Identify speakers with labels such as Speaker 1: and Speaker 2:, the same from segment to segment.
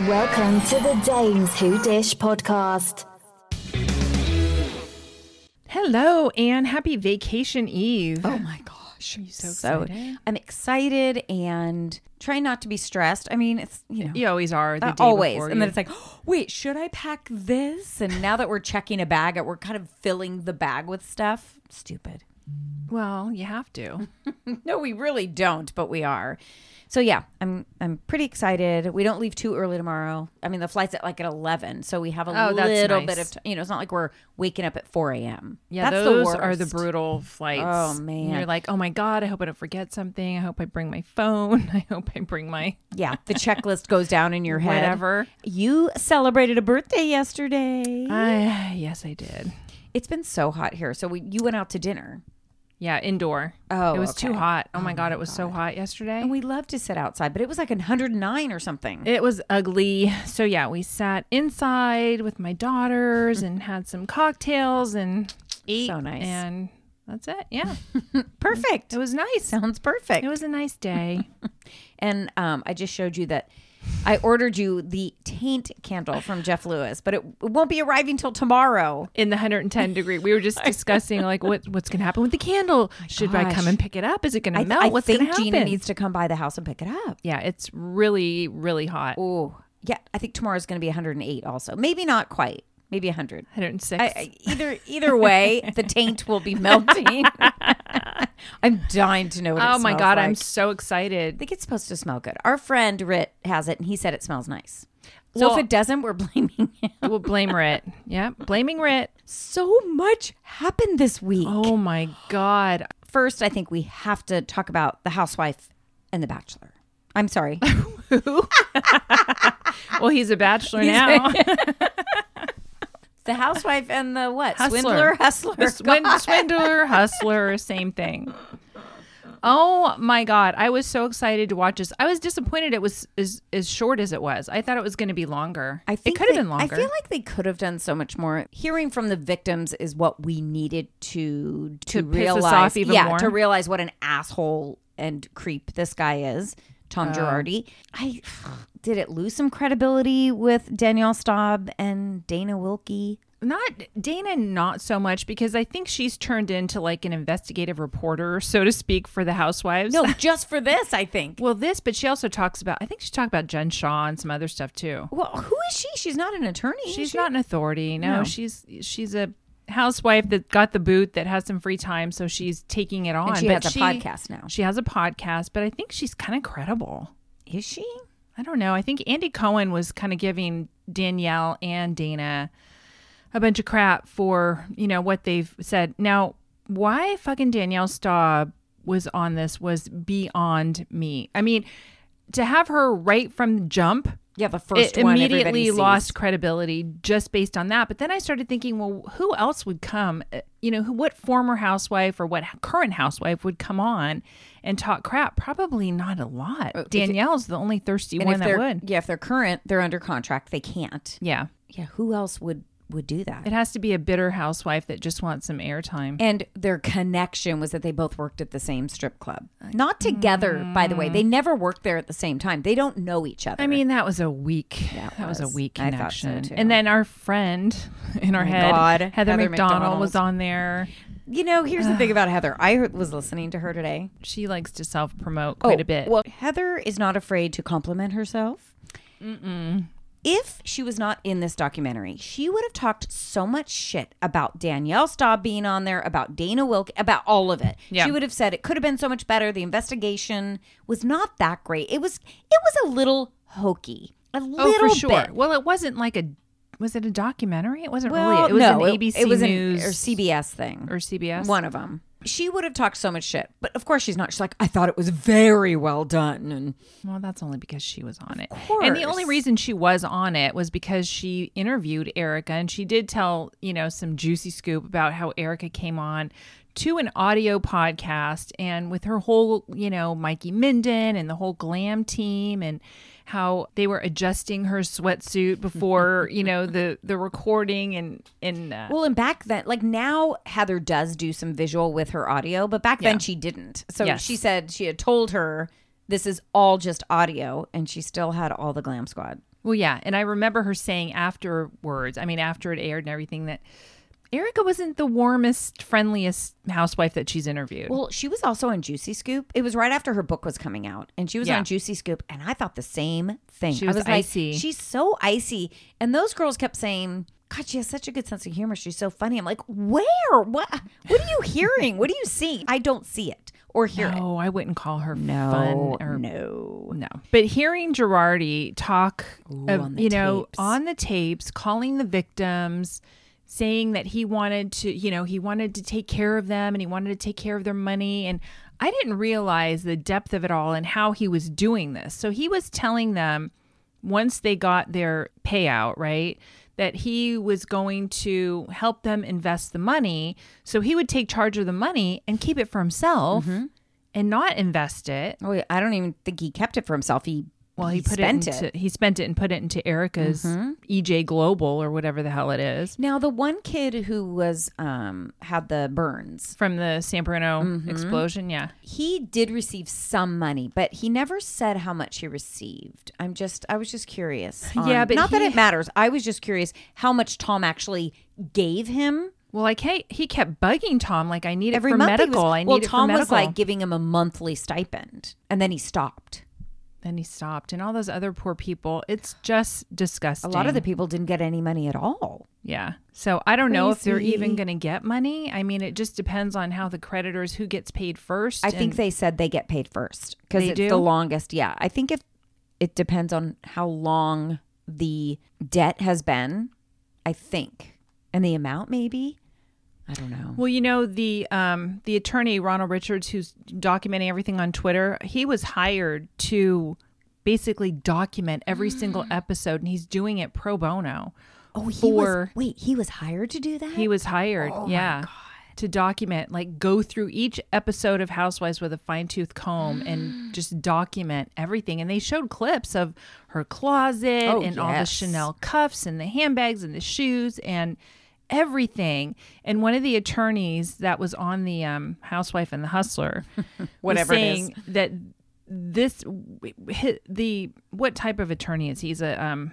Speaker 1: Welcome to the Dames Who Dish podcast.
Speaker 2: Hello and happy vacation eve.
Speaker 3: Oh my gosh. I'm so,
Speaker 2: excited?
Speaker 3: I'm excited and trying not to be stressed. I mean, it's, you know,
Speaker 2: You always are the
Speaker 3: uh,
Speaker 2: day
Speaker 3: always.
Speaker 2: before
Speaker 3: And
Speaker 2: you-
Speaker 3: then it's like, wait, should I pack this? And now that we're checking a bag, uh, we're kind of filling the bag with stuff. Stupid.
Speaker 2: well, you have
Speaker 3: Mm-hmm.
Speaker 2: to.
Speaker 3: No, we really don't, but we are. So yeah, I'm I'm pretty excited. We don't leave too early tomorrow. I mean, the flight's at like at eleven, so we have a
Speaker 2: Oh, that's
Speaker 3: little
Speaker 2: nice.
Speaker 3: bit of t- you know. It's not like we're waking up at four a.m.
Speaker 2: Yeah,
Speaker 3: That's
Speaker 2: those are the
Speaker 3: worst.
Speaker 2: brutal flights.
Speaker 3: Oh,
Speaker 2: And
Speaker 3: man.
Speaker 2: you're like, oh my god, I hope I don't forget something. I hope I bring my phone. I hope I bring my
Speaker 3: Yeah, the checklist goes down in your head.
Speaker 2: whatever.
Speaker 3: You celebrated a birthday yesterday.
Speaker 2: I, yes, I did.
Speaker 3: It's been so hot here. So we you went out to dinner.
Speaker 2: Yeah, indoor.
Speaker 3: Oh,
Speaker 2: it was too
Speaker 3: okay.
Speaker 2: hot. Oh, my god, it was so hot yesterday.
Speaker 3: And we love to sit outside, but it was like 109 or something.
Speaker 2: It was ugly. So yeah, we sat inside with my daughters and had some cocktails and ate.
Speaker 3: So nice.
Speaker 2: And that's it. Yeah,
Speaker 3: perfect.
Speaker 2: it was nice.
Speaker 3: Sounds perfect.
Speaker 2: It was a nice day.
Speaker 3: and um, I just showed you that I ordered you the taint candle from Jeff Lewis, but it, it won't be arriving till tomorrow.
Speaker 2: in the 110 degree. We were just discussing like what what's gonna happen with the candle. Should I
Speaker 3: gosh.
Speaker 2: come and pick it up? Is it gonna
Speaker 3: I,
Speaker 2: melt?
Speaker 3: I
Speaker 2: what's
Speaker 3: think
Speaker 2: gonna happen?
Speaker 3: Gina needs to come by the house and pick it up.
Speaker 2: yeah, it's really really hot.
Speaker 3: Oh, yeah. I think tomorrow's going to be 108 also. Maybe not quite. Maybe 100.
Speaker 2: 106.
Speaker 3: I, I, either either way, the taint will be melting. I'm dying to know what it
Speaker 2: oh my
Speaker 3: smells
Speaker 2: god,
Speaker 3: like.
Speaker 2: I'm so excited.
Speaker 3: I think it's supposed to smell good. Our friend Rit has it, and he said it smells nice. So
Speaker 2: Well-
Speaker 3: if it doesn't, we're blaming him.
Speaker 2: we'll blame Rit. Yeah, blaming Rit.
Speaker 3: So much happened this week.
Speaker 2: Oh my god.
Speaker 3: First, I think we have to talk about The Housewife and The Bachelor. I'm sorry.
Speaker 2: Well, he's a bachelor now.
Speaker 3: the Housewife and the what?
Speaker 2: Hustler.
Speaker 3: Swindler, Hustler.
Speaker 2: The swin- swindler, hustler, same thing. Oh my god, I was so excited to watch this. I was disappointed it was as as short as it was. I thought it was going to be longer.
Speaker 3: I think
Speaker 2: it could have
Speaker 3: they-
Speaker 2: been longer.
Speaker 3: I feel like they could have done so much more. Hearing from the victims is what we needed to to,
Speaker 2: To piss us
Speaker 3: realize.
Speaker 2: off even
Speaker 3: yeah,
Speaker 2: more.
Speaker 3: to realize what an asshole and creep this guy is. Tom
Speaker 2: Oh.
Speaker 3: Girardi. I did it lose some credibility with Danielle Staub and Dana Wilkie.
Speaker 2: not Dana, not so much because I think she's turned into like an investigative reporter, so to speak, for the housewives.
Speaker 3: No, just for this, I think.
Speaker 2: Well, this, but she also talks about. I think she talked about Jen Shaw and some other stuff too.
Speaker 3: Well, who is she? She's not an attorney. is
Speaker 2: She's
Speaker 3: she?
Speaker 2: not an authority. No, she's she's a housewife that got the boot that has some free time, so she's taking it on.
Speaker 3: she
Speaker 2: But
Speaker 3: has a podcast now.
Speaker 2: She has a podcast, but I think she's kind of credible.
Speaker 3: Is she?
Speaker 2: I don't know. I think Andy Cohen was kind of giving Danielle and Dana a bunch of crap for, you know, what they've said. Now, why fucking Danielle Staub was on this was beyond me. I mean, to have her right from jump,
Speaker 3: Yeah, the first
Speaker 2: it
Speaker 3: one everybody
Speaker 2: immediately
Speaker 3: sees.
Speaker 2: lost credibility just based on that. But then I started thinking, well, who else would come? Uh, You know, who, what former housewife or what current housewife would come on and talk crap? Probably not a lot. Danielle's the only thirsty
Speaker 3: Uh, And
Speaker 2: one
Speaker 3: if
Speaker 2: that
Speaker 3: they're
Speaker 2: would.
Speaker 3: yeah, if they're current, they're under contract. They can't.
Speaker 2: Yeah.
Speaker 3: Yeah, who else would would do that?
Speaker 2: It has to be a bitter housewife that just wants some airtime.
Speaker 3: And their connection was that they both worked at the same strip club. Not together, by the way. They never worked there at the same time. They don't know each other.
Speaker 2: I mean, that was a weak.
Speaker 3: That
Speaker 2: that was a
Speaker 3: was.
Speaker 2: weak
Speaker 3: I thought so,
Speaker 2: connection.
Speaker 3: too. Oh
Speaker 2: And then our friend in our
Speaker 3: my
Speaker 2: head,
Speaker 3: God,
Speaker 2: Heather,
Speaker 3: Heather
Speaker 2: McDonald,
Speaker 3: McDonald.
Speaker 2: was on there.
Speaker 3: you know, here's the thing about Heather. I heard- was listening to her today.
Speaker 2: She likes to self promote quite
Speaker 3: Oh,
Speaker 2: a bit.
Speaker 3: Well, Heather is not afraid to compliment herself. If she was not in this documentary, she would have talked so much shit about Danielle Staub being on there, about Dana Wilk, about all of it.
Speaker 2: Yeah.
Speaker 3: She would have said it could have been so much better. The investigation was not that great. It was it was a little hokey. A
Speaker 2: Oh,
Speaker 3: little
Speaker 2: for sure.
Speaker 3: bit.
Speaker 2: Well, it wasn't like a was it a documentary? It wasn't
Speaker 3: Well,
Speaker 2: really. It was
Speaker 3: no,
Speaker 2: an ABC
Speaker 3: it, was an-
Speaker 2: News
Speaker 3: or CBS thing
Speaker 2: or CBS.
Speaker 3: One of them. She would have talked so much shit, but of course she's not. She's like, I thought it was very well done, and
Speaker 2: Well, that's only because she was on it. And the only
Speaker 3: course.
Speaker 2: reason she was on it was because she interviewed Erica and she did tell, you know, some juicy scoop about how Erica came on to an audio podcast and with her whole, you know, Mikey Minden and the whole glam team and how they were adjusting her sweatsuit before, you know, the the recording and and uh,
Speaker 3: Well, and back then, like now, Heather does do some visual with her audio, but back then she didn't. So
Speaker 2: Yes.
Speaker 3: she said she had told her This is all just audio, and she still had all the glam squad.
Speaker 2: Well, yeah, and I remember her saying afterwards. I mean, after it aired and everything, that Erica wasn't the warmest, friendliest housewife that she's interviewed.
Speaker 3: Well, she was also on Juicy Scoop. It was right after her book was coming out, and she was
Speaker 2: Yeah.
Speaker 3: on Juicy Scoop, and I thought the same thing.
Speaker 2: She
Speaker 3: I
Speaker 2: was
Speaker 3: like,
Speaker 2: icy.
Speaker 3: She's so icy, and those girls kept saying, "God, she has such a good sense of humor. She's so funny." I'm like, "Where? What? What are you hearing? what do you see? I don't see it or hear it."
Speaker 2: oh, I wouldn't call her
Speaker 3: No,
Speaker 2: fun or
Speaker 3: no.
Speaker 2: No. But hearing Girardi talk, of,
Speaker 3: on the
Speaker 2: you know,
Speaker 3: tapes.
Speaker 2: on the tapes, calling the victims, saying that he wanted to, you know, he wanted to take care of them and he wanted to take care of their money. And I didn't realize the depth of it all and how he was doing this. So he was telling them once they got their payout, right? That he was going to help them invest the money. So he would take charge of the money and keep it for himself
Speaker 3: Mm-hmm.
Speaker 2: and not invest it.
Speaker 3: Oh, yeah, I don't even think he kept it for himself. He
Speaker 2: Well, he, put
Speaker 3: spent
Speaker 2: it, into, He spent it and put it into Erica's
Speaker 3: Mm-hmm.
Speaker 2: EJ Global or whatever the hell it is
Speaker 3: Now the one kid who was um had the burns,
Speaker 2: from the San Bruno
Speaker 3: Mm-hmm.
Speaker 2: explosion. Yeah,
Speaker 3: he did receive some money, but he never said how much he received. I'm just I was just curious. on-
Speaker 2: Yeah, but
Speaker 3: not that
Speaker 2: he-
Speaker 3: it matters. I was just curious how much Tom actually gave him
Speaker 2: Well, I can't, he kept bugging Tom like I need it
Speaker 3: every
Speaker 2: for
Speaker 3: month. he was-
Speaker 2: medical. I need
Speaker 3: well,
Speaker 2: it
Speaker 3: Tom
Speaker 2: for medical.
Speaker 3: was like giving him a monthly stipend, and then he stopped.
Speaker 2: then he stopped, and all those other poor people. It's just disgusting.
Speaker 3: A lot of the people didn't get any money at all.
Speaker 2: yeah. So I don't know if they're even
Speaker 3: Crazy.
Speaker 2: going to get money. I mean, it just depends on how the creditors who gets paid first.
Speaker 3: I think
Speaker 2: and-
Speaker 3: they said they get paid first because
Speaker 2: They
Speaker 3: it's
Speaker 2: do?
Speaker 3: the longest. Yeah, I think if it depends on how long the debt has been, I think, and the amount maybe. I don't know.
Speaker 2: Well, you know the um, the attorney Ronald Richards, who's documenting everything on Twitter. He was hired to basically document every single episode, and he's doing it pro bono.
Speaker 3: Oh, he
Speaker 2: for-
Speaker 3: was wait, he was hired to do that.
Speaker 2: He was hired,
Speaker 3: Oh
Speaker 2: yeah, to document, like go through each episode of Housewives with a fine tooth comb
Speaker 3: Mm.
Speaker 2: and just document everything. And they showed clips of her closet
Speaker 3: Oh,
Speaker 2: and all the
Speaker 3: yes.
Speaker 2: Chanel cuffs and the handbags and the shoes and everything. And one of the attorneys that was on the um, Housewife and the Hustler, was
Speaker 3: Whatever it
Speaker 2: saying that this hi- the what type of attorney is he? He's a um,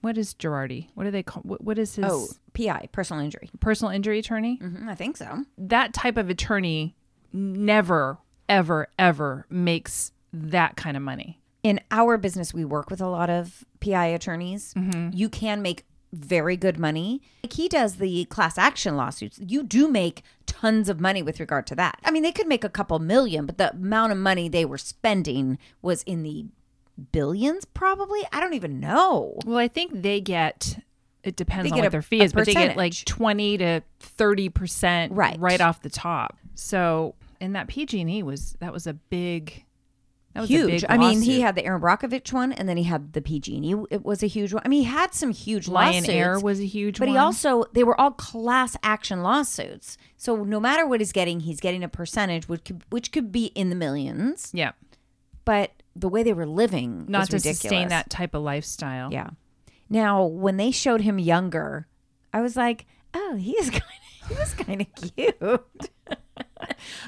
Speaker 2: what is Girardi? What do they call? What, what is his?
Speaker 3: oh PI personal injury.
Speaker 2: personal injury attorney.
Speaker 3: Mhm, I think so.
Speaker 2: That type of attorney never, ever, ever makes that kind of money.
Speaker 3: In our business, we work with a lot of PI attorneys.
Speaker 2: Mm-hmm.
Speaker 3: You can make very good money. Like he does the class action lawsuits. You do make tons of money with regard to that. I mean, they could make a couple million, but the amount of money they were spending was in the billions, probably. I don't even know.
Speaker 2: Well, I think they get. It depends
Speaker 3: They
Speaker 2: on
Speaker 3: get
Speaker 2: what
Speaker 3: a-
Speaker 2: their fee
Speaker 3: a
Speaker 2: is, but they get like
Speaker 3: percentage.
Speaker 2: twenty to thirty percent
Speaker 3: Right.
Speaker 2: right off the top. So, and that PG and E was that was a big, that was a
Speaker 3: Huge.
Speaker 2: big
Speaker 3: I mean, he
Speaker 2: lawsuit.
Speaker 3: had the Aaron Brockovich one, and then he had the PG&E. It was a huge one. I mean, he had some huge
Speaker 2: Lion
Speaker 3: lawsuits.
Speaker 2: Air was a huge
Speaker 3: But
Speaker 2: one.
Speaker 3: he also, they were all class action lawsuits. So no matter what he's getting, he's getting a percentage, which could, which could be in the millions.
Speaker 2: yeah,
Speaker 3: But the way they were living,
Speaker 2: not
Speaker 3: was
Speaker 2: to
Speaker 3: ridiculous.
Speaker 2: sustain that type of lifestyle.
Speaker 3: Yeah. Now, when they showed him younger, I was like, oh, he is kind of, he was kind of cute.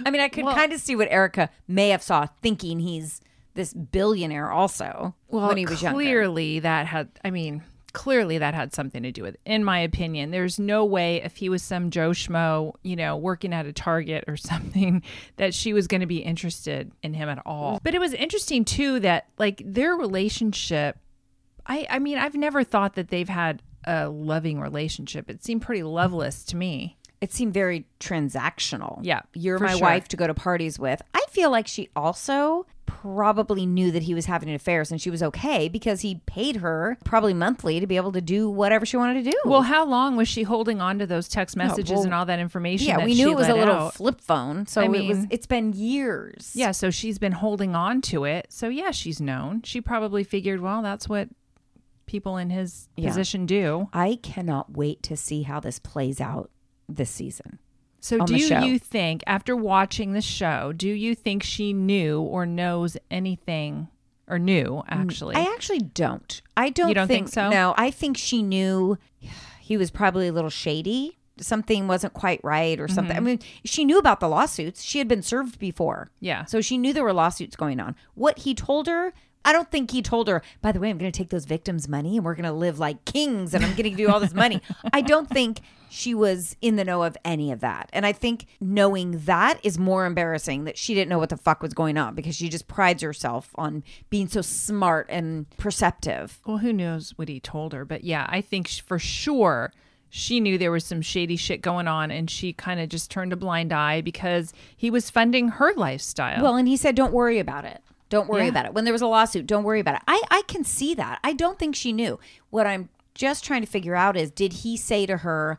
Speaker 3: I mean, I could
Speaker 2: Well-
Speaker 3: kind of see what Erica may have saw, thinking he's this billionaire also
Speaker 2: well,
Speaker 3: when he was
Speaker 2: clearly
Speaker 3: younger.
Speaker 2: that had. I mean, clearly that had something to do with. it. In my opinion, there's no way if he was some Joe schmo, you know, working at a Target or something, that she was going to be interested in him at all. But it was interesting too that like their relationship. I I mean, I've never thought that they've had a loving relationship. It seemed pretty loveless to me.
Speaker 3: It seemed very transactional.
Speaker 2: Yeah,
Speaker 3: You're
Speaker 2: for
Speaker 3: my
Speaker 2: sure.
Speaker 3: wife to go to parties with. I feel like she also probably knew that he was having an affair and she was okay because he paid her probably monthly to be able to do whatever she wanted to do.
Speaker 2: Well, how long was she holding on to those text messages and
Speaker 3: Oh. well,
Speaker 2: all that information?
Speaker 3: yeah,
Speaker 2: that
Speaker 3: we knew
Speaker 2: she
Speaker 3: it was a
Speaker 2: let
Speaker 3: little
Speaker 2: out?
Speaker 3: flip phone. So
Speaker 2: I
Speaker 3: it was
Speaker 2: mean-
Speaker 3: it's been years.
Speaker 2: Yeah, so she's been holding on to it. So yeah, she's known. She probably figured, well, that's what people in his
Speaker 3: Yeah.
Speaker 2: position do.
Speaker 3: I cannot wait to see how this plays out this season.
Speaker 2: So
Speaker 3: On
Speaker 2: do
Speaker 3: the show.
Speaker 2: you think after watching the show, do you think she knew or knows anything or knew actually?
Speaker 3: Mm, I actually don't. I don't,
Speaker 2: You don't think so?
Speaker 3: No, I think she knew he was probably a little shady something wasn't quite right or something.
Speaker 2: Mm-hmm.
Speaker 3: I mean, she knew about the lawsuits. She had been served before.
Speaker 2: Yeah.
Speaker 3: So she knew there were lawsuits going on. What he told her, I don't think he told her, by the way, I'm going to take those victims' money and we're going to live like kings and I'm going to do all this money. I don't think she was in the know of any of that. And I think knowing that is more embarrassing that she didn't know what the fuck was going on because she just prides herself on being so smart and perceptive.
Speaker 2: Well, who knows what he told her, but yeah, I think sh- for sure she knew there was some shady shit going on and she kind of just turned a blind eye because he was funding her lifestyle.
Speaker 3: Well, and he said, "Don't worry about it. Don't worry
Speaker 2: Yeah.
Speaker 3: about it." When there was a lawsuit, don't worry about it. I I can see that. I don't think she knew. What I'm just trying to figure out is, did he say to her,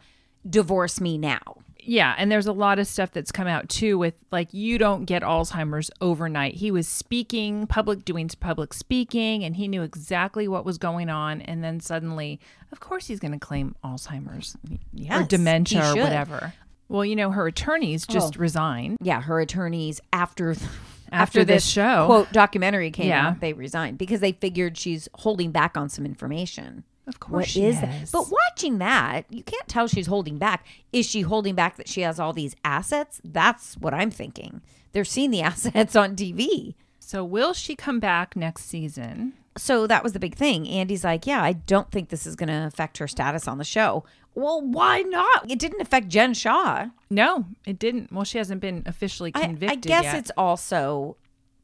Speaker 3: "Divorce me now"?
Speaker 2: yeah, and there's a lot of stuff that's come out too with like you don't get Alzheimer's overnight. He was speaking, public doing public speaking and he knew exactly what was going on and then suddenly, of course he's going to claim Alzheimer's or
Speaker 3: Yes,
Speaker 2: dementia
Speaker 3: he
Speaker 2: or
Speaker 3: should.
Speaker 2: whatever. Well, you know, her attorneys just
Speaker 3: Oh.
Speaker 2: resigned.
Speaker 3: Yeah, her attorneys after th-
Speaker 2: After this show.
Speaker 3: quote documentary came
Speaker 2: Yeah.
Speaker 3: out, they resigned because they figured she's holding back on some information.
Speaker 2: Of course
Speaker 3: What is
Speaker 2: she
Speaker 3: that?
Speaker 2: is.
Speaker 3: But watching that, you can't tell she's holding back. Is she holding back that she has all these assets? That's what I'm thinking. They're seeing the assets on TV.
Speaker 2: So will she come back next season?
Speaker 3: so that was the big thing. Andy's like, yeah, I don't think this is going to affect her status on the show. Well, why not? It didn't affect Jen Shaw.
Speaker 2: No, it didn't. Well, she hasn't been officially
Speaker 3: I-
Speaker 2: convicted.
Speaker 3: I, guess
Speaker 2: yet.
Speaker 3: it's also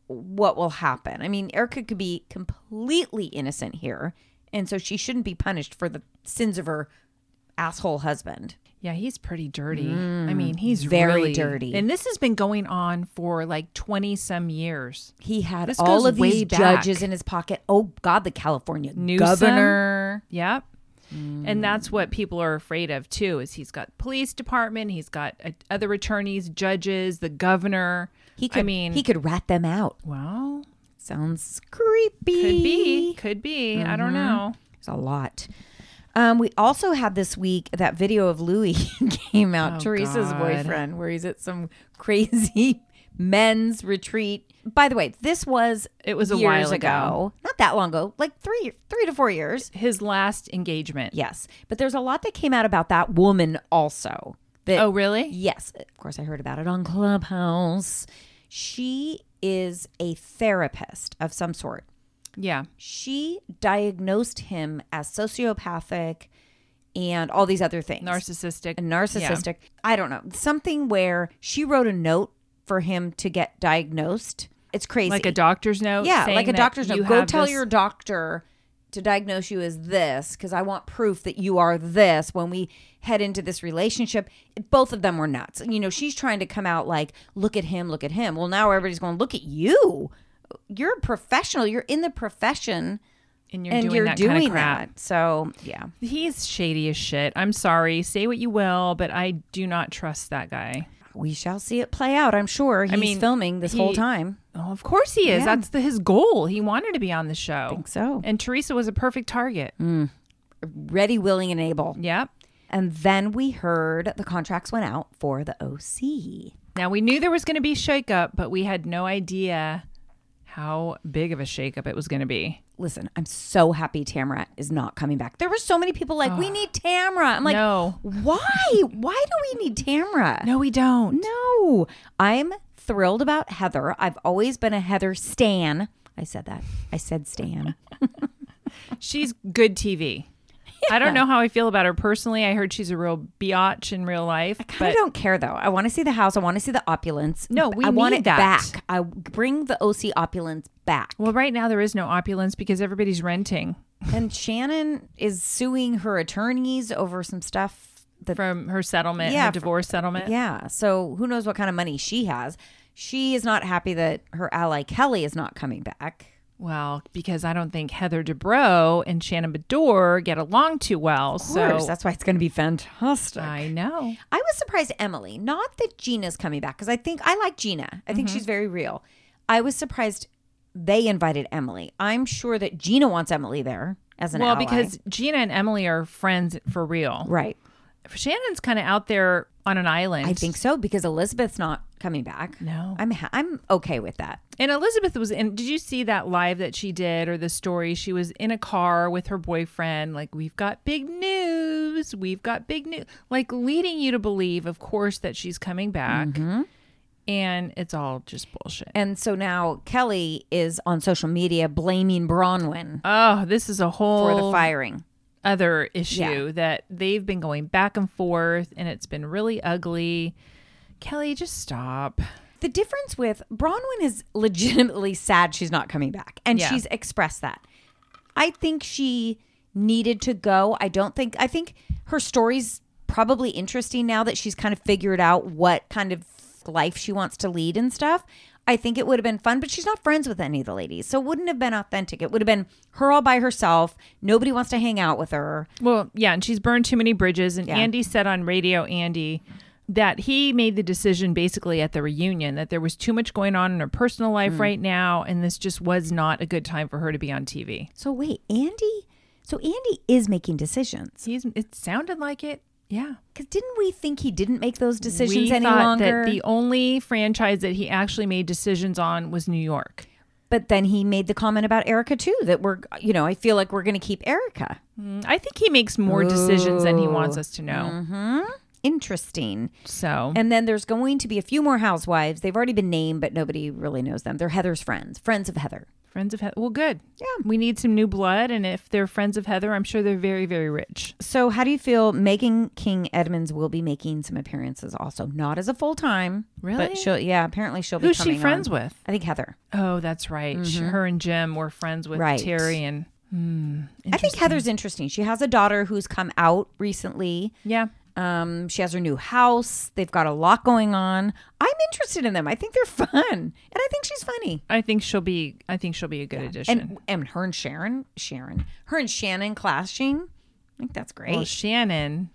Speaker 3: what will happen. I mean, Erica could be completely innocent here, and so she shouldn't be punished for the sins of her asshole husband.
Speaker 2: yeah. He's pretty dirty. I mean, he's
Speaker 3: Mm, very
Speaker 2: really-
Speaker 3: dirty.
Speaker 2: and this has been going on for like twenty some years.
Speaker 3: He had
Speaker 2: This
Speaker 3: all
Speaker 2: goes
Speaker 3: of
Speaker 2: way
Speaker 3: these
Speaker 2: back.
Speaker 3: judges in his pocket. Oh God, the California
Speaker 2: Newsom?
Speaker 3: governor. Mm.
Speaker 2: Yep. And that's what people are afraid of too. Is he's got police department, he's got uh, other attorneys, judges, the governor.
Speaker 3: He could.
Speaker 2: I mean,
Speaker 3: he could rat them out.
Speaker 2: well,
Speaker 3: Sounds creepy.
Speaker 2: could be, could be. I
Speaker 3: Mm-hmm.
Speaker 2: don't know.
Speaker 3: It's a lot. Um, we also had this week that video of Louis came out, Teresa's
Speaker 2: God.
Speaker 3: boyfriend, where he's at some crazy men's retreat. By the way, this was
Speaker 2: It was a
Speaker 3: years
Speaker 2: while
Speaker 3: ago, not that long ago, like three three to four years.
Speaker 2: His last engagement.
Speaker 3: Yes, but there's a lot that came out about that woman also. That
Speaker 2: Oh, really?
Speaker 3: Yes. Of course, I heard about it on Clubhouse. She is a therapist of some sort
Speaker 2: Yeah.
Speaker 3: she diagnosed him as sociopathic and all these other things.
Speaker 2: Narcissistic.
Speaker 3: And narcissistic. I don't know. Something where she wrote a note for him to get diagnosed. It's crazy.
Speaker 2: like a doctor's note.
Speaker 3: Yeah,
Speaker 2: saying
Speaker 3: like a
Speaker 2: that
Speaker 3: doctor's
Speaker 2: you
Speaker 3: note. Go
Speaker 2: have
Speaker 3: tell
Speaker 2: this-
Speaker 3: your doctor to diagnose you as this because I want proof that you are this when we head into this relationship. Both of them were nuts. You know, she's trying to come out like, look at him, look at him. Well, now everybody's going, look at you. You're a professional. You're in the profession
Speaker 2: and you're
Speaker 3: and
Speaker 2: doing
Speaker 3: you're
Speaker 2: that
Speaker 3: doing
Speaker 2: kind of crap.
Speaker 3: that. So yeah,
Speaker 2: He's shady as shit. I'm sorry. Say what you will, but I do not trust that guy.
Speaker 3: we shall see it play out. I'm sure he's
Speaker 2: mean,
Speaker 3: filming this
Speaker 2: he-
Speaker 3: whole time.
Speaker 2: Oh, of course he is.
Speaker 3: Yeah.
Speaker 2: That's the, his goal. He wanted to be on the show.
Speaker 3: think so.
Speaker 2: And Teresa was a perfect target.
Speaker 3: Ready, willing, and able.
Speaker 2: Yep.
Speaker 3: And then we heard the contracts went out for the OC.
Speaker 2: Now we knew there was going to be shakeup, but we had no idea how big of a shakeup it was going to be.
Speaker 3: Listen, I'm so happy Tamara is not coming back. There were so many people like, we need Tamara. I'm like,
Speaker 2: No.
Speaker 3: why? Why do we need Tamara?
Speaker 2: No, we don't.
Speaker 3: No, I'm thrilled about Heather. I've always been a Heather Stan. I said that. I said Stan.
Speaker 2: She's good TV. I don't know how I feel about her personally. I heard she's a real biatch in real life.
Speaker 3: I
Speaker 2: but
Speaker 3: don't care though. I want to see the house. I want to see the opulence.
Speaker 2: No, we
Speaker 3: I want
Speaker 2: need
Speaker 3: it
Speaker 2: that.
Speaker 3: back. I bring the OC opulence back.
Speaker 2: Well, right now there is no opulence because everybody's renting
Speaker 3: and Shannon is suing her attorneys over some stuff that
Speaker 2: from her settlement,
Speaker 3: Yeah,
Speaker 2: her
Speaker 3: for-
Speaker 2: divorce settlement.
Speaker 3: yeah. So who knows what kind of money she has? She is not happy that her ally Kelly is not coming back.
Speaker 2: Well, because I don't think Heather Dubrow and Shannon Bedore get along too well.
Speaker 3: Of course,
Speaker 2: so
Speaker 3: that's why it's going to be fantastic.
Speaker 2: I know.
Speaker 3: I was surprised Emily, not that Gina's coming back because I think I like Gina. I think
Speaker 2: Mm-hmm.
Speaker 3: she's very real. I was surprised they invited Emily. I'm sure that Gina wants Emily there as an
Speaker 2: Well,
Speaker 3: ally.
Speaker 2: because Gina and Emily are friends for real.
Speaker 3: right,
Speaker 2: Shannon's kind of out there on an island.
Speaker 3: I think so because Elizabeth's not coming back.
Speaker 2: No.
Speaker 3: I'm ha- I'm okay with that.
Speaker 2: And Elizabeth was in. Did you see that live that she did or the story? She was in a car with her boyfriend. Like, we've got big news. news. We've got big news. Like leading you to believe, of course, that she's coming back.
Speaker 3: Mm-hmm.
Speaker 2: And it's all just bullshit.
Speaker 3: And so now Kelly is on social media blaming Bronwyn
Speaker 2: Oh, this is a
Speaker 3: for
Speaker 2: whole
Speaker 3: the firing.
Speaker 2: other issue that they've been going back and forth and it's been really ugly. Kelly, just stop.
Speaker 3: The difference with Bronwyn is legitimately sad she's not coming back, and
Speaker 2: Yeah.
Speaker 3: she's expressed that. I think she needed to go. I don't think, I think her story's probably interesting now that she's kind of figured out what kind of life she wants to lead and stuff. I think it would have been fun, but she's not friends with any of the ladies. So it wouldn't have been authentic. It would have been her all by herself. Nobody wants to hang out with her.
Speaker 2: Well, yeah, and she's burned too many bridges. And Andy said on Radio Andy that he made the decision basically at the reunion that there was too much going on in her personal life right now, and this just was not a good time for her to be on TV.
Speaker 3: So wait, Andy? So Andy is making decisions.
Speaker 2: He's, it sounded like it. Yeah.
Speaker 3: Because didn't we think he didn't make those decisions
Speaker 2: we
Speaker 3: any
Speaker 2: thought
Speaker 3: longer?
Speaker 2: that the only franchise that he actually made decisions on was New York.
Speaker 3: but then he made the comment about Erica too that we're, you know, I feel like we're going to keep Erica.
Speaker 2: Mm, I think he makes more decisions than he wants us to know.
Speaker 3: Interesting.
Speaker 2: So
Speaker 3: Mm-hmm. And then there's going to be a few more housewives. They've already been named, but nobody really knows them. They're Heather's friends, friends of Heather.
Speaker 2: friends of Heather. Well, good. Yeah, we need some new blood, and if they're friends of Heather, I'm sure they're very, very rich.
Speaker 3: So, how do you feel? Megan King Edmonds will be making some appearances also, not as a full time.
Speaker 2: Really?
Speaker 3: But she'll, yeah, apparently she'll
Speaker 2: Who's
Speaker 3: be.
Speaker 2: she
Speaker 3: coming
Speaker 2: friends
Speaker 3: on.
Speaker 2: with?
Speaker 3: I think Heather.
Speaker 2: Oh, that's right. She- Her and Jim were friends with
Speaker 3: Right.
Speaker 2: Terry and. Hmm,
Speaker 3: I think Heather's interesting. She has a daughter who's come out recently.
Speaker 2: yeah.
Speaker 3: Um, she has her new house. They've got a lot going on. I'm interested in them. I think they're fun, and I think she's funny.
Speaker 2: I think she'll be. I think she'll be a good addition.
Speaker 3: And and her and Sharon, Sharon, her and Shannon clashing. I think that's great.
Speaker 2: well, Shannon.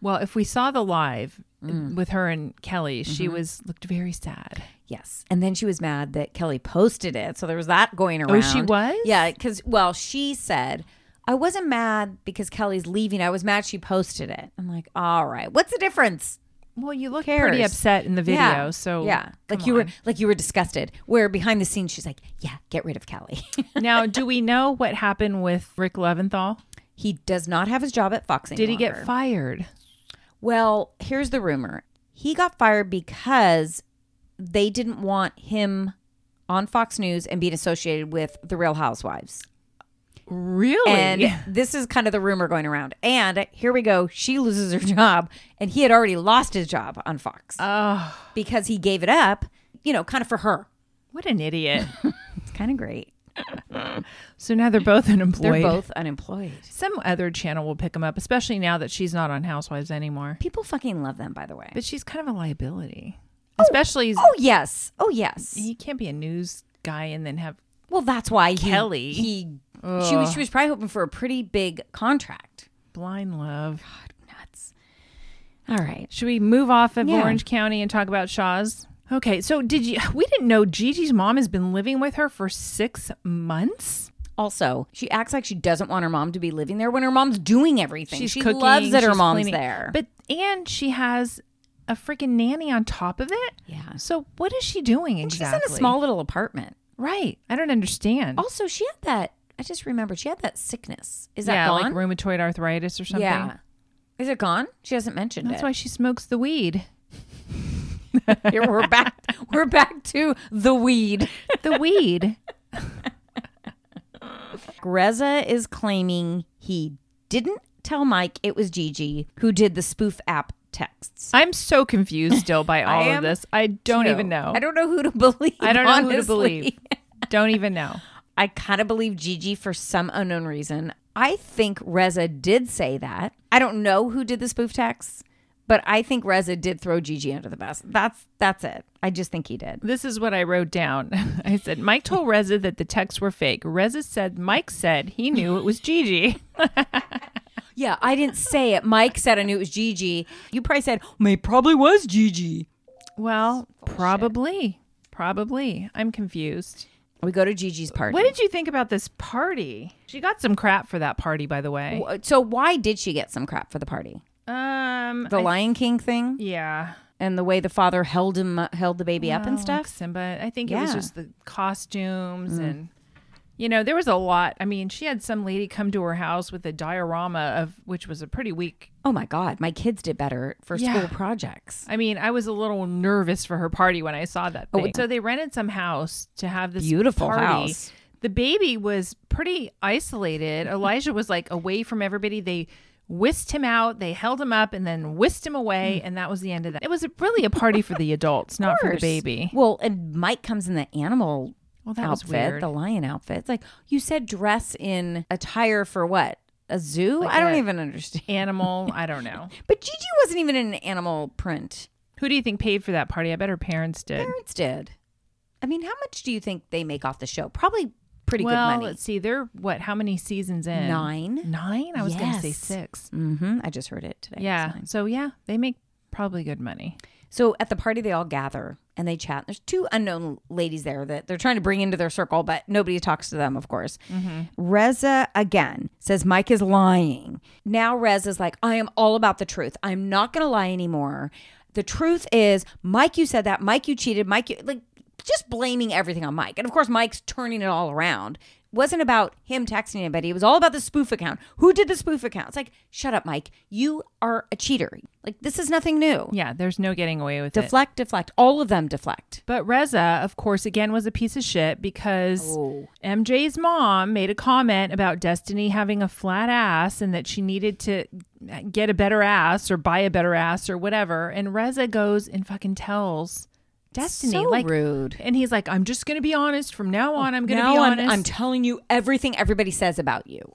Speaker 2: Well, if we saw the live
Speaker 3: Mm.
Speaker 2: with her and Kelly,
Speaker 3: Mm-hmm.
Speaker 2: she was looked very sad.
Speaker 3: yes, and then she was mad that Kelly posted it, so there was that going around.
Speaker 2: Oh, she was?
Speaker 3: Yeah, because well, she said. I wasn't mad because Kelly's leaving. I was mad she posted it. I'm like, all right, what's the difference?
Speaker 2: Well, you look
Speaker 3: cares?
Speaker 2: pretty upset in the video,
Speaker 3: Yeah.
Speaker 2: so
Speaker 3: yeah, like
Speaker 2: come
Speaker 3: you
Speaker 2: on.
Speaker 3: were like you were disgusted. Where behind the scenes, she's like, yeah, get rid of Kelly.
Speaker 2: now, do we know what happened with Rick Leventhal?
Speaker 3: He does not have his job at Fox anymore.
Speaker 2: Did he get fired?
Speaker 3: Well, here's the rumor. He got fired because they didn't want him on Fox News and being associated with the Real Housewives.
Speaker 2: Really?
Speaker 3: And this is kind of the rumor going around. And here we go. She loses her job. And he had already lost his job on Fox
Speaker 2: oh,
Speaker 3: because he gave it up, you know, kind of for her.
Speaker 2: what an idiot!
Speaker 3: It's kind of great.
Speaker 2: so now they're both
Speaker 3: They're
Speaker 2: unemployed.
Speaker 3: both unemployed.
Speaker 2: Some other channel will pick them up, especially now that she's not on Housewives anymore.
Speaker 3: People fucking love them, by the way.
Speaker 2: But she's kind of a liability, especially
Speaker 3: Oh, yes. Oh, yes.
Speaker 2: he can't be a news guy and then have.
Speaker 3: Well, that's why he,
Speaker 2: Kelly.
Speaker 3: He she was she was probably hoping for a pretty big contract.
Speaker 2: Blind love.
Speaker 3: Nuts. All right.
Speaker 2: Should we move off of
Speaker 3: Yeah.
Speaker 2: Orange County and talk about Shaw's? Okay, so did you? We didn't know Gigi's mom has been living with her for six months.
Speaker 3: Also, she acts like she doesn't want her mom to be living there when her mom's doing everything. she loves that her
Speaker 2: she's
Speaker 3: mom's
Speaker 2: cleaning.
Speaker 3: there.
Speaker 2: but and she has a freaking nanny on top of it.
Speaker 3: Yeah.
Speaker 2: So what is she doing
Speaker 3: she's
Speaker 2: exactly?
Speaker 3: in a small Oh, little apartment.
Speaker 2: right? I don't understand.
Speaker 3: Also, she had that. I just remembered she had that sickness. Is that
Speaker 2: yeah, like
Speaker 3: gone?
Speaker 2: rheumatoid arthritis or something.
Speaker 3: yeah. Is it gone? She hasn't mentioned
Speaker 2: That's
Speaker 3: it.
Speaker 2: why she smokes the weed.
Speaker 3: Here, we're back. We're back to the weed.
Speaker 2: The weed.
Speaker 3: Greza is claiming he didn't tell Mike it was Gigi who did the spoof app texts.
Speaker 2: I'm so confused still by all of
Speaker 3: am
Speaker 2: this. I don't even know.
Speaker 3: I don't know who to believe.
Speaker 2: I don't know who to
Speaker 3: honestly.
Speaker 2: believe. don't even know.
Speaker 3: I kind of believe Gigi for some unknown reason. I think Reza did say that. I don't know who did the spoof texts, but I think Reza did throw Gigi under the bus. That's that's it. I just think he did.
Speaker 2: This is what I wrote down. I said, Mike told Reza that the texts were fake. Reza said, Mike said he knew it was Gigi.
Speaker 3: Yeah, I didn't say it. Mike said I knew it was Gigi. You probably said, "It probably was Gigi."
Speaker 2: Well, probably. Probably. I'm confused.
Speaker 3: We go to Gigi's party.
Speaker 2: What did you think about this party? She got some crap for that party, by the way.
Speaker 3: so why did she get some crap for the party?
Speaker 2: Um,
Speaker 3: The Lion King thing
Speaker 2: yeah.
Speaker 3: and the way the father held him held the baby up and
Speaker 2: Oh,
Speaker 3: stuff. Mm.
Speaker 2: Simba. I think it was
Speaker 3: Yeah.
Speaker 2: just the costumes and You know, there was a lot. I mean, she had some lady come to her house with a diorama of which was a pretty weak.
Speaker 3: Oh my God, my kids did better for
Speaker 2: Yeah.
Speaker 3: school projects.
Speaker 2: I mean, I was a little nervous for her party when I saw that thing. Oh, so they rented some house to have this
Speaker 3: Beautiful
Speaker 2: party.
Speaker 3: house.
Speaker 2: The baby was pretty isolated. Elijah was like away from everybody. They whisked him out, they held him up, and then whisked him away, and that was the end of that. It was a- really a party for the adults, not for the
Speaker 3: course.
Speaker 2: baby.
Speaker 3: Well, and Mike comes in the animal
Speaker 2: Well, that was
Speaker 3: outfit,
Speaker 2: weird.
Speaker 3: the lion outfit. It's like you said, dress in attire for what? A zoo? I don't
Speaker 2: a-
Speaker 3: even understand.
Speaker 2: Animal, I don't know.
Speaker 3: But Gigi wasn't even in an animal print.
Speaker 2: Who do you think paid for that party? I bet her parents did.
Speaker 3: Parents did. I mean, how much do you think they make off the show? Probably pretty
Speaker 2: well,
Speaker 3: good money.
Speaker 2: let's see. They're what? How many seasons in?
Speaker 3: Nine.
Speaker 2: Nine? I was going to say
Speaker 3: Yes.
Speaker 2: six.
Speaker 3: Mm-hmm. I just heard it today. It's
Speaker 2: Yeah.
Speaker 3: nine.
Speaker 2: So yeah, they make probably good money.
Speaker 3: So at the party, they all gather and they chat. There's two unknown ladies there that they're trying to bring into their circle, but nobody talks to them, of course. Reza again says Mike is lying. Now Reza's like, I am all about the truth. I'm not going to lie anymore. The truth is, Mike, you said that. Mike, you cheated. Mike, you like just blaming everything on Mike. And of course, Mike's turning it all around. It wasn't about him texting anybody. It was all about the spoof account. Who did the spoof account? It's like, shut up, Mike. You are a cheater. Like, this is nothing new.
Speaker 2: Yeah, there's no getting away with it.
Speaker 3: Deflect, deflect. All of them deflect.
Speaker 2: But Reza, of course, again was a piece of shit because
Speaker 3: Oh.
Speaker 2: MJ's mom made a comment about Destiny having a flat ass and that she needed to get a better ass or buy a better ass or whatever. And Reza goes and fucking tells Destiny
Speaker 3: So
Speaker 2: like
Speaker 3: rude. Oh,
Speaker 2: And he's like, "I'm just gonna be honest from now on. I'm gonna
Speaker 3: now
Speaker 2: be
Speaker 3: I'm-
Speaker 2: honest."
Speaker 3: I'm telling you everything everybody says about you.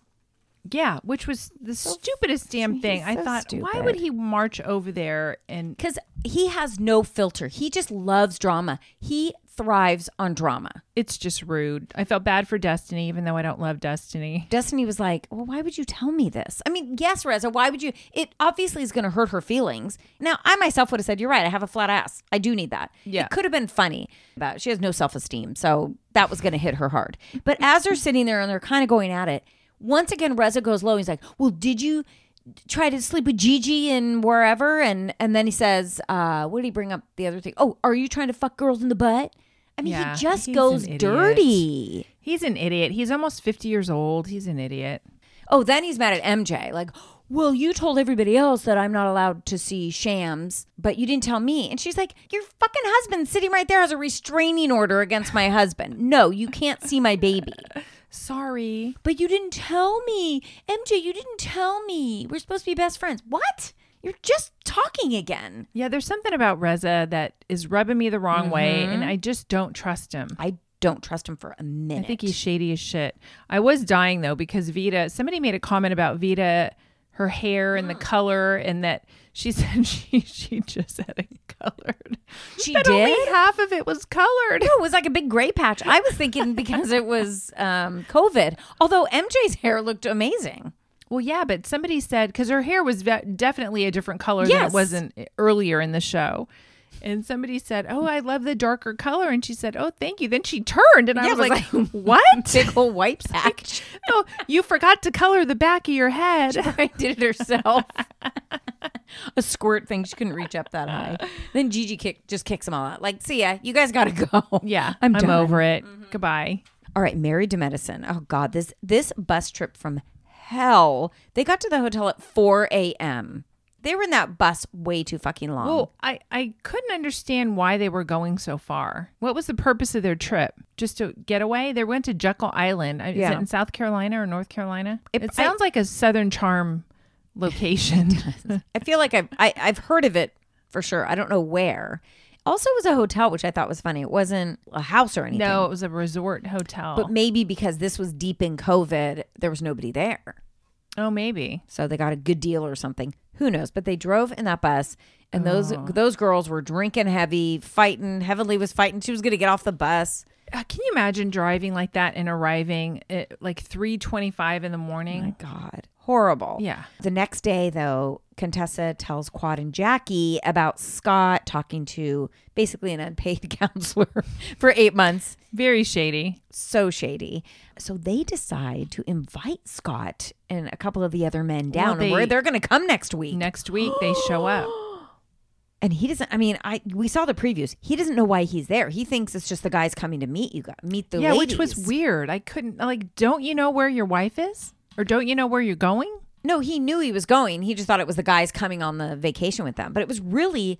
Speaker 2: yeah, which was the stupidest damn thing. I
Speaker 3: so
Speaker 2: thought, why
Speaker 3: stupid.
Speaker 2: would he march over there and
Speaker 3: Because he has no filter. He just loves drama. He thrives on drama.
Speaker 2: it's just rude. I felt bad for Destiny, even though I don't love Destiny.
Speaker 3: Destiny was like, Well, why would you tell me this? I mean, yes, Reza, why would you? It obviously is going to hurt her feelings. Now, I myself would have said, You're right. I have a flat ass. I do need that.
Speaker 2: Yeah.
Speaker 3: It could have been funny, but she has no self esteem. So that was going to hit her hard. But as they're sitting there and they're kind of going at it, once again, Reza goes low. He's like, Well, did you try to sleep with Gigi and wherever? And, and then he says, uh, What did he bring up the other thing? Oh, are you trying to fuck girls in the butt? I mean,
Speaker 2: Yeah,
Speaker 3: he just
Speaker 2: he's
Speaker 3: goes
Speaker 2: an idiot.
Speaker 3: dirty.
Speaker 2: He's an idiot. He's almost 50 years old. He's an idiot.
Speaker 3: Oh, then he's mad at MJ. Like, well, you told everybody else that I'm not allowed to see shams, but you didn't tell me. And she's like, Your fucking husband sitting right there has a restraining order against my husband. No, you can't see my baby.
Speaker 2: Sorry.
Speaker 3: But you didn't tell me. MJ, you didn't tell me. We're supposed to be best friends. What? You're just talking again.
Speaker 2: Yeah, there's something about Reza that is rubbing me the wrong way,
Speaker 3: Mm-hmm.
Speaker 2: and I just don't trust him.
Speaker 3: I don't trust him for a minute.
Speaker 2: I think he's shady as shit. I was dying though because Vita, somebody made a comment about Vita, her hair and the color, and that she said she she just had it colored.
Speaker 3: She
Speaker 2: but only
Speaker 3: did?
Speaker 2: half of it was colored.
Speaker 3: it was like a big gray patch. I was thinking because it was um, COVID. Although MJ's hair looked amazing.
Speaker 2: Well, yeah, but somebody said because her hair was ve- definitely a different color than it
Speaker 3: Yes.
Speaker 2: wasn't eh, earlier in the show. And somebody said, "Oh, I love the darker color," and she said, "Oh, thank you." Then she turned, and I
Speaker 3: Yeah,
Speaker 2: was,
Speaker 3: it was
Speaker 2: like,
Speaker 3: like-
Speaker 2: "What?
Speaker 3: Big old white patch.
Speaker 2: oh, you forgot to color the back of your head."
Speaker 3: I did it herself. a squirt thing. She couldn't reach up that high. Then Gigi kick, just kicks them all out. Like, see ya. You guys got to go.
Speaker 2: Yeah, I'm,
Speaker 3: I'm, done. Mm-hmm.
Speaker 2: over it. Goodbye.
Speaker 3: All right. Married to medicine. Oh, God. This, this bus trip from hell. They got to the hotel at 4 a.m. They were in that bus way too fucking long.
Speaker 2: Well, I I couldn't understand why they were going so far. What was the purpose of their trip? Just to get away? They went to Jekyll Island. I- Is
Speaker 3: Yeah.
Speaker 2: it in South Carolina or North Carolina? It,
Speaker 3: It-
Speaker 2: sounds like a Southern Charm location.
Speaker 3: I feel like I've, I, I've heard of it for sure. I don't know where. Also, it was a hotel, which I thought was funny. It wasn't a house or anything.
Speaker 2: no, it was a resort hotel.
Speaker 3: But maybe because this was deep in COVID, there was nobody there.
Speaker 2: oh, maybe.
Speaker 3: so they got a good deal or something. Who knows? But they drove in that bus, and those
Speaker 2: Oh.
Speaker 3: those girls were drinking heavy, fighting. Heavenly was fighting. She was going to get off the bus.
Speaker 2: Uh, Can you imagine driving like that and arriving at like 3:25 in the morning?
Speaker 3: God, horrible.
Speaker 2: Yeah.
Speaker 3: The next day, though, Contessa tells Quad and Jackie about Scott talking to basically an unpaid counselor for eight months.
Speaker 2: Very shady.
Speaker 3: So shady. So they decide to invite Scott and a couple of the other men down,
Speaker 2: they-
Speaker 3: and where they're going to come next week.
Speaker 2: Next week they show up.
Speaker 3: and he doesn't. I mean, I we saw the previews. He doesn't know why he's there. He thinks it's just the guys coming to meet you, guys, meet the
Speaker 2: yeah, which was
Speaker 3: ladies.
Speaker 2: weird. I couldn't like. Don't you know where your wife is, or don't you know where you're going?
Speaker 3: No, he knew he was going. He just thought it was the guys coming on the vacation with them. But it was really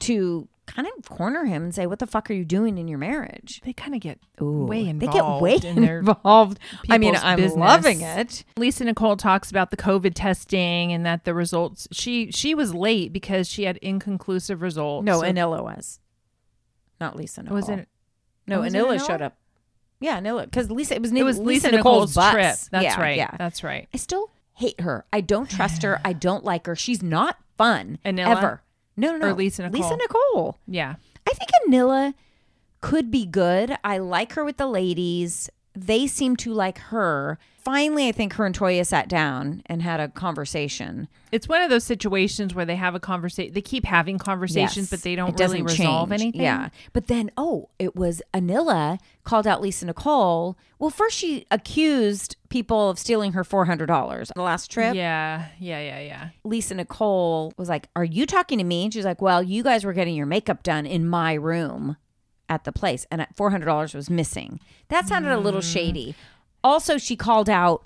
Speaker 3: to kind of corner him and say, "What the fuck are you doing in your marriage?"
Speaker 2: They kind of get way
Speaker 3: They
Speaker 2: involved.
Speaker 3: get way
Speaker 2: in their
Speaker 3: involved. I mean,
Speaker 2: people's
Speaker 3: I'm
Speaker 2: business.
Speaker 3: loving it.
Speaker 2: Lisa Nicole talks about the COVID testing and that the results she she was late because she had inconclusive results.
Speaker 3: No,
Speaker 2: So-
Speaker 3: Anila was not Lisa. Nicole.
Speaker 2: was it
Speaker 3: No,
Speaker 2: was it
Speaker 3: Anila
Speaker 2: Anila?
Speaker 3: showed up. Yeah, Anila, because Lisa. It was
Speaker 2: it was Lisa, Nicole's, trip.
Speaker 3: bus.
Speaker 2: That's
Speaker 3: Yeah,
Speaker 2: right.
Speaker 3: Yeah,
Speaker 2: That's right.
Speaker 3: I still hate her. I don't trust her. I don't like her. She's not fun
Speaker 2: Anila?
Speaker 3: ever. No, no, no.
Speaker 2: Or Lisa Nicole?
Speaker 3: Lisa Nicole.
Speaker 2: Yeah.
Speaker 3: I think Anila could be good. I like her with the ladies. They seem to like her. Finally, I think her and Toya sat down and had a conversation.
Speaker 2: It's one of those situations where they have a conversation. They keep having conversations,
Speaker 3: Yes.
Speaker 2: but they
Speaker 3: It
Speaker 2: don't really
Speaker 3: doesn't
Speaker 2: resolve
Speaker 3: change.
Speaker 2: anything.
Speaker 3: Yeah. But then, oh, it was Anila called out Lisa Nicole. Well, first she accused people of stealing her $400 on the last trip.
Speaker 2: Yeah. Yeah. Yeah. Yeah.
Speaker 3: Lisa Nicole was like, Are you talking to me? And she's like, Well, you guys were getting your makeup done in my room at the place, and $400 was missing. That sounded a
Speaker 2: Mm.
Speaker 3: little shady. Also, she called out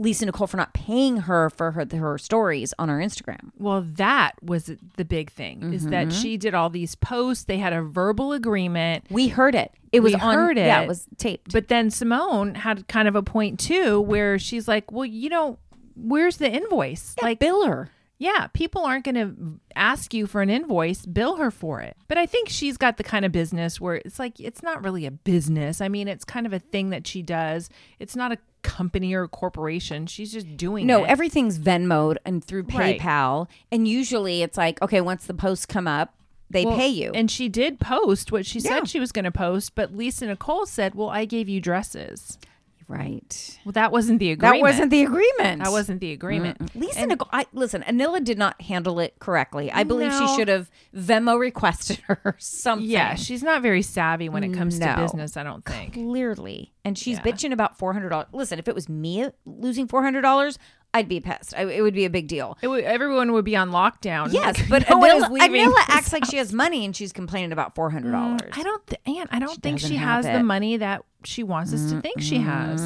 Speaker 3: Lisa Nicole for not paying her for her, her stories on her Instagram.
Speaker 2: Well, that was the big thing is that
Speaker 3: Mm-hmm.
Speaker 2: she did all these posts. They had a verbal agreement.
Speaker 3: We heard it. It was
Speaker 2: We
Speaker 3: on.
Speaker 2: heard
Speaker 3: Yeah,
Speaker 2: it.
Speaker 3: it was taped.
Speaker 2: But then Simone had kind of a point too where she's like, well, you know, where's the invoice? like,
Speaker 3: bill her.
Speaker 2: yeah, people aren't going to ask you for an invoice, bill her for it. But I think she's got the kind of business where it's like, it's not really a business. I mean, it's kind of a thing that she does, it's not a company or a corporation. She's just doing
Speaker 3: No,
Speaker 2: it.
Speaker 3: everything's Venmoed and through
Speaker 2: Right.
Speaker 3: PayPal. And usually it's like, okay, once the posts come up, they
Speaker 2: Well,
Speaker 3: pay you.
Speaker 2: And she did post what she
Speaker 3: Yeah.
Speaker 2: said she was going to post, but Lisa Nicole said, well, I gave you dresses.
Speaker 3: right.
Speaker 2: Well, that wasn't the agreement.
Speaker 3: That wasn't the agreement.
Speaker 2: That wasn't the agreement.
Speaker 3: Lisa Nicole, I, listen, Anila did not handle it correctly. I believe
Speaker 2: No.
Speaker 3: she should have Venmo requested her something.
Speaker 2: Yeah, she's not very savvy when it comes
Speaker 3: No.
Speaker 2: to business, I don't think.
Speaker 3: clearly. And she's bitching about $400. Listen, if it was me losing $400, I'd be pissed. I, it would be a big deal.
Speaker 2: It would, everyone would be on lockdown.
Speaker 3: Yes,
Speaker 2: Like,
Speaker 3: but
Speaker 2: no one
Speaker 3: Anila,
Speaker 2: is leaving. Mm.
Speaker 3: Anila acts like she has money and she's complaining about $400.
Speaker 2: I don't, th- Anne, I don't think
Speaker 3: doesn't
Speaker 2: she has
Speaker 3: have
Speaker 2: the
Speaker 3: it.
Speaker 2: money that she wants us to think she has.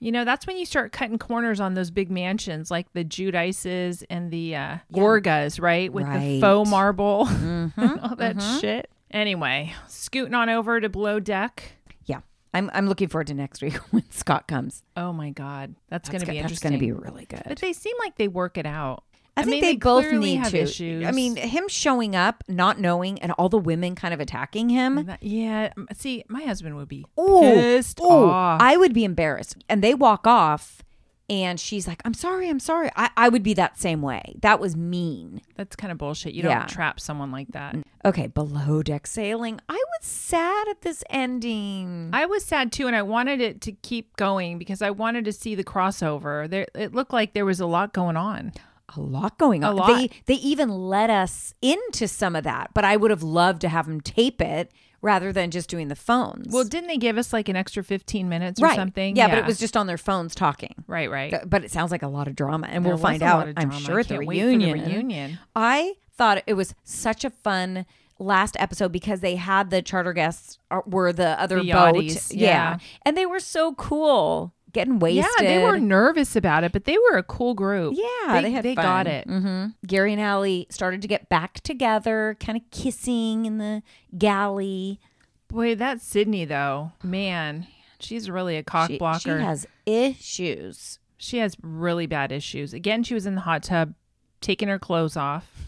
Speaker 2: You know, that's when you start cutting corners on those big mansions like the Judices and the uh, Gorgas, right? With the faux
Speaker 3: Right. Mm-hmm,
Speaker 2: marble, all that shit. Anyway, scooting on over to below deck.
Speaker 3: yeah. I'm, I'm looking forward to next week when Scott comes.
Speaker 2: Oh my God, that's, going to
Speaker 3: That's
Speaker 2: be
Speaker 3: go- that's
Speaker 2: interesting.
Speaker 3: gonna be really good.
Speaker 2: But they seem like they work it out.
Speaker 3: I, think
Speaker 2: mean,
Speaker 3: they, both
Speaker 2: clearly
Speaker 3: need
Speaker 2: have
Speaker 3: to.
Speaker 2: Issues.
Speaker 3: I mean, him showing up, not knowing, and all the women kind of attacking him.
Speaker 2: That- yeah. m- See, my husband would be
Speaker 3: Ooh,
Speaker 2: pissed
Speaker 3: ooh,
Speaker 2: off.
Speaker 3: I would be embarrassed. And they walk off, and she's like, "I'm sorry, I'm sorry." I, I would be that same way. That was mean.
Speaker 2: That's kind of bullshit. You
Speaker 3: Yeah.
Speaker 2: don't trap someone like that.
Speaker 3: Okay, below deck sailing. I was sad at this ending.
Speaker 2: I was sad too, and I wanted it to keep going because I wanted to see the crossover. There, it looked like there was a lot going on.
Speaker 3: A lot going on.
Speaker 2: lot.
Speaker 3: They they even let us into some of that, but I would have loved to have them tape it rather than just doing the phones.
Speaker 2: Well, didn't they give us like an extra fifteen minutes or
Speaker 3: right.
Speaker 2: something?
Speaker 3: Yeah, but it was just on their phones talking.
Speaker 2: right, right.
Speaker 3: Th- but it sounds like a lot of drama and
Speaker 2: There was
Speaker 3: we'll find
Speaker 2: a lot
Speaker 3: out
Speaker 2: of
Speaker 3: i'm
Speaker 2: drama.
Speaker 3: sure
Speaker 2: I
Speaker 3: at the
Speaker 2: can't wait for the
Speaker 3: reunion.
Speaker 2: reunion.
Speaker 3: i thought it was such a fun last episode because they had the charter guests uh, were the other
Speaker 2: The
Speaker 3: boat
Speaker 2: yachts, yeah.
Speaker 3: and they were so cool getting wasted
Speaker 2: yeah, they were nervous about it, but they were a cool group.
Speaker 3: yeah,
Speaker 2: they,
Speaker 3: they, had fun.
Speaker 2: got it.
Speaker 3: hmm Gary and Allie started to get back together, kind of kissing in the galley.
Speaker 2: Boy, that Sydney though, man, she's really a cock
Speaker 3: She, she
Speaker 2: blocker.
Speaker 3: has issues.
Speaker 2: She has really bad issues. Again, she was in the hot tub, taking her clothes off.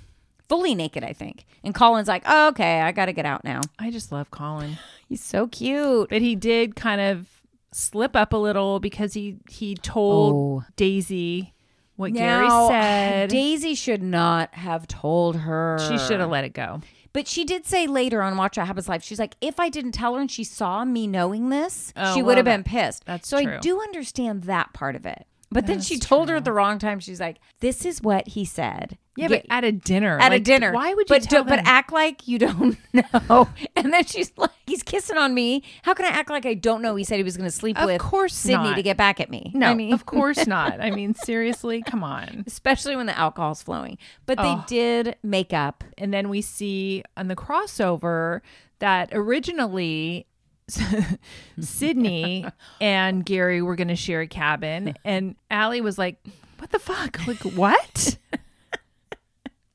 Speaker 3: Fully naked, I think. And Colin's like, oh, okay, I got to get out now.
Speaker 2: I just love Colin,
Speaker 3: He's so cute.
Speaker 2: but he did kind of slip up a little because he he told
Speaker 3: Oh.
Speaker 2: Daisy what
Speaker 3: Now, uh,
Speaker 2: Gary said.
Speaker 3: Daisy should not have told her.
Speaker 2: she should have let it go.
Speaker 3: But she did say later on Watch What Happens Live, she's like, if I didn't tell her and she saw me knowing this,
Speaker 2: Oh,
Speaker 3: she
Speaker 2: well,
Speaker 3: would have
Speaker 2: that-
Speaker 3: been pissed.
Speaker 2: that's
Speaker 3: so I
Speaker 2: true.
Speaker 3: do understand that part of it. But then she told her at the wrong time. She's like, this is what he said.
Speaker 2: Yeah,
Speaker 3: Get-
Speaker 2: but at a dinner.
Speaker 3: at a
Speaker 2: like,
Speaker 3: dinner.
Speaker 2: Why would you
Speaker 3: but
Speaker 2: tell
Speaker 3: don't- but
Speaker 2: them-
Speaker 3: act like you don't know? And then she's like, he's kissing on me. How can I act like I don't know? He said he was going to sleep
Speaker 2: Of
Speaker 3: with
Speaker 2: course
Speaker 3: Sydney
Speaker 2: not.
Speaker 3: to get back at me.
Speaker 2: No,
Speaker 3: I mean,
Speaker 2: of course not. I mean, seriously, come on.
Speaker 3: especially when the alcohol's flowing. But they did make up.
Speaker 2: And then we see on the crossover that originally Sydney and Gary were going to share a cabin. And Allie was like, What the fuck? Like, what?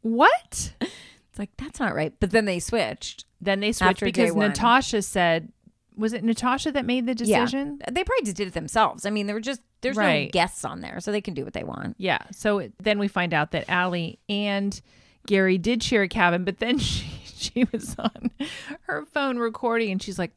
Speaker 2: what?
Speaker 3: It's like that's not right. But then they switched.
Speaker 2: Then they switched
Speaker 3: After day
Speaker 2: because
Speaker 3: one.
Speaker 2: Natasha said, Was it Natasha that made the decision?
Speaker 3: Yeah, they probably just did it themselves. I mean, they were just there's no
Speaker 2: Right.
Speaker 3: guests on there, so they can do what they want.
Speaker 2: Yeah. So it- then we find out that Allie and Gary did share a cabin, but then she she was on her phone recording, and she's like,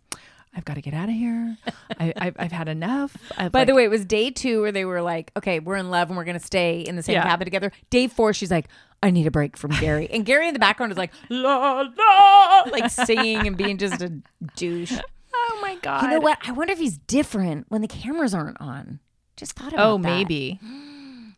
Speaker 2: "I've got to get out of here. I, I've I've had enough." I've,
Speaker 3: By
Speaker 2: like,
Speaker 3: the way, it was day two where they were like, okay, we're in love and we're going to stay in the same
Speaker 2: Yeah.
Speaker 3: cabin together. Day four, she's like, I need a break from Gary. And Gary in the background is like, la, la, like singing and being just a douche.
Speaker 2: oh my god.
Speaker 3: You know what? I wonder if he's different when the cameras aren't on. Just thought about
Speaker 2: Oh,
Speaker 3: that.
Speaker 2: maybe.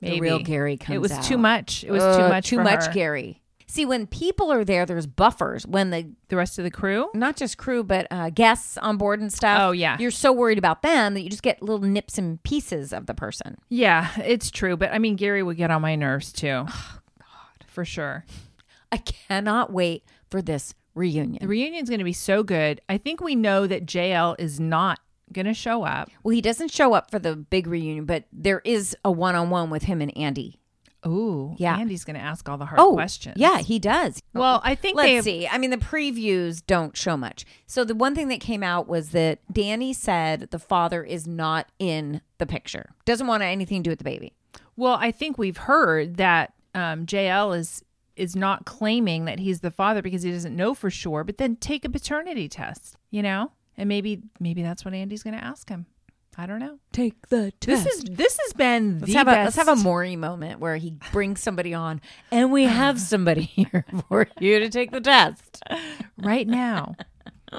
Speaker 2: Maybe
Speaker 3: The real Gary comes
Speaker 2: It was
Speaker 3: out.
Speaker 2: too much. It was
Speaker 3: Uh,
Speaker 2: too much.
Speaker 3: Too
Speaker 2: for
Speaker 3: much
Speaker 2: her.
Speaker 3: Gary. See, when people are there, there's buffers. When the
Speaker 2: The rest of the crew.
Speaker 3: not just crew, but uh, guests on board and stuff.
Speaker 2: Oh, yeah.
Speaker 3: You're so worried about them that you just get little nips and pieces of the person.
Speaker 2: Yeah, it's true. But I mean, Gary would get on my nerves too. Oh God, for sure.
Speaker 3: I cannot wait for this
Speaker 2: The
Speaker 3: reunion.
Speaker 2: reunion's going to be so good. I think we know that JL is not going to show up.
Speaker 3: Well, he doesn't show up for the big reunion, but there is a one on one with him and Andy.
Speaker 2: Oh,
Speaker 3: Yeah.
Speaker 2: Andy's going to ask all the hard questions.
Speaker 3: yeah, he does.
Speaker 2: Well, I think
Speaker 3: Let's
Speaker 2: they
Speaker 3: see. I mean, the previews don't show much. So the one thing that came out was that Danny said the father is not in the picture. Doesn't want anything to do with the baby.
Speaker 2: Well, I think we've heard that um, JL is is not claiming that he's the father because he doesn't know for sure. But then take a paternity test, you know, and maybe maybe that's what Andy's going to ask him. I don't know.
Speaker 3: Take the
Speaker 2: This is this has been
Speaker 3: Let's
Speaker 2: the
Speaker 3: have, a, let's
Speaker 2: best.
Speaker 3: have a Maury moment where he brings somebody on, and we have somebody here for you to take the test.
Speaker 2: right now.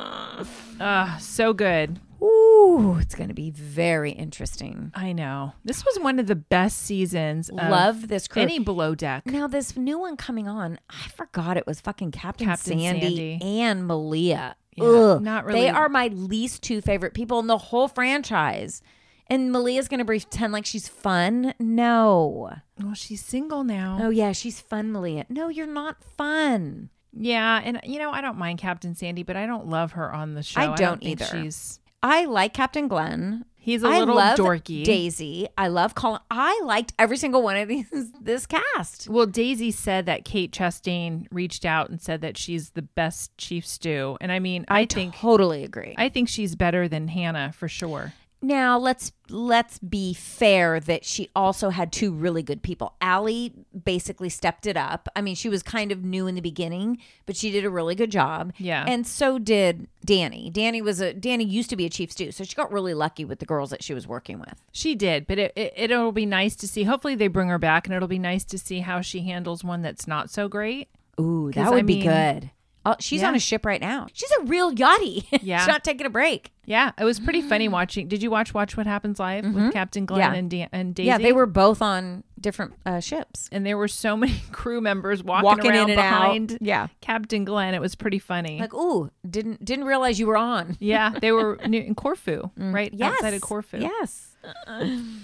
Speaker 2: Ah, so good.
Speaker 3: Ooh, it's going to be very interesting.
Speaker 2: I know this was one of the best seasons. Of
Speaker 3: Love this crew.
Speaker 2: any below deck.
Speaker 3: Now this new one coming on, I forgot it was fucking Captain,
Speaker 2: Captain
Speaker 3: Sandy,
Speaker 2: Sandy.
Speaker 3: and Malia.
Speaker 2: Yeah,
Speaker 3: Ugh,
Speaker 2: not
Speaker 3: They
Speaker 2: really-
Speaker 3: are my least two favorite people in the whole franchise. And Malia's going to pretend like she's fun. No.
Speaker 2: Well, she's single now.
Speaker 3: Oh yeah, she's fun, Malia. No, you're not fun.
Speaker 2: Yeah, and you know I don't mind Captain Sandy, but I don't love her on the show.
Speaker 3: I don't
Speaker 2: think
Speaker 3: either.
Speaker 2: She's
Speaker 3: I like Captain Glenn.
Speaker 2: he's a
Speaker 3: I
Speaker 2: little
Speaker 3: love
Speaker 2: dorky.
Speaker 3: Daisy. I love Colin. I liked every single one of these this cast.
Speaker 2: Well, Daisy said that Kate Chastain reached out and said that she's the best chief stew, and I mean I, think
Speaker 3: Totally agree.
Speaker 2: I think she's better than Hannah for sure.
Speaker 3: Now let's let's be fair that she also had two really good people. Allie basically stepped it up. I mean, she was kind of new in the beginning, but she did a really good job.
Speaker 2: Yeah.
Speaker 3: And so did Danny. Danny was a Danny used to be a chief stew, so she got really lucky with the girls that she was working with.
Speaker 2: She did, but it, it it'll be nice to see. Hopefully they bring her back, and it'll be nice to see how she handles one that's not so great.
Speaker 3: Ooh,
Speaker 2: 'Cause,
Speaker 3: that
Speaker 2: I
Speaker 3: would be
Speaker 2: mean-
Speaker 3: good. Oh, she's
Speaker 2: Yeah.
Speaker 3: on a ship right now. She's a real yachty.
Speaker 2: Yeah.
Speaker 3: she's not taking a break.
Speaker 2: Yeah, it was pretty funny watching. Did you watch Watch What Happens Live with Captain Glenn
Speaker 3: Mm-hmm. Yeah.
Speaker 2: and da- and Daisy?
Speaker 3: Yeah, they were both on different uh, ships.
Speaker 2: and there were so many crew members walking,
Speaker 3: Walking in
Speaker 2: around
Speaker 3: and out.
Speaker 2: behind
Speaker 3: Yeah.
Speaker 2: Captain Glenn. It was pretty funny.
Speaker 3: Like, ooh, didn't didn't realize you were on.
Speaker 2: yeah, they were near, in Corfu, right
Speaker 3: Mm. Yes.
Speaker 2: outside of Corfu.
Speaker 3: Yes.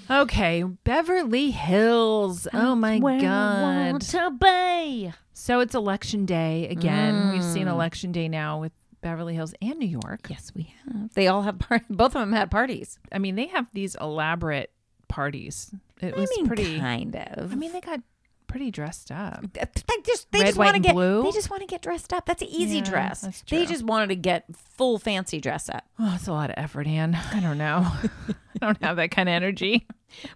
Speaker 2: Okay, Beverly Hills. oh my god!
Speaker 3: to be.
Speaker 2: So it's election day again. We've seen
Speaker 3: Mm.
Speaker 2: election day now with Beverly Hills and New York.
Speaker 3: Yes, we have. They all have parties. Both of them had parties.
Speaker 2: I mean, they have these elaborate parties. It was
Speaker 3: I mean,
Speaker 2: pretty.
Speaker 3: kind of.
Speaker 2: I mean, they got pretty dressed up.
Speaker 3: uh, they just they
Speaker 2: Red,
Speaker 3: just
Speaker 2: white,
Speaker 3: want to
Speaker 2: and
Speaker 3: get
Speaker 2: blue?
Speaker 3: they just want to get dressed up. That's an easy
Speaker 2: Yeah,
Speaker 3: dress.
Speaker 2: that's true.
Speaker 3: They just wanted to get full fancy dress up.
Speaker 2: Oh, it's a lot of effort, Anne. I don't know. I don't have that kind of energy.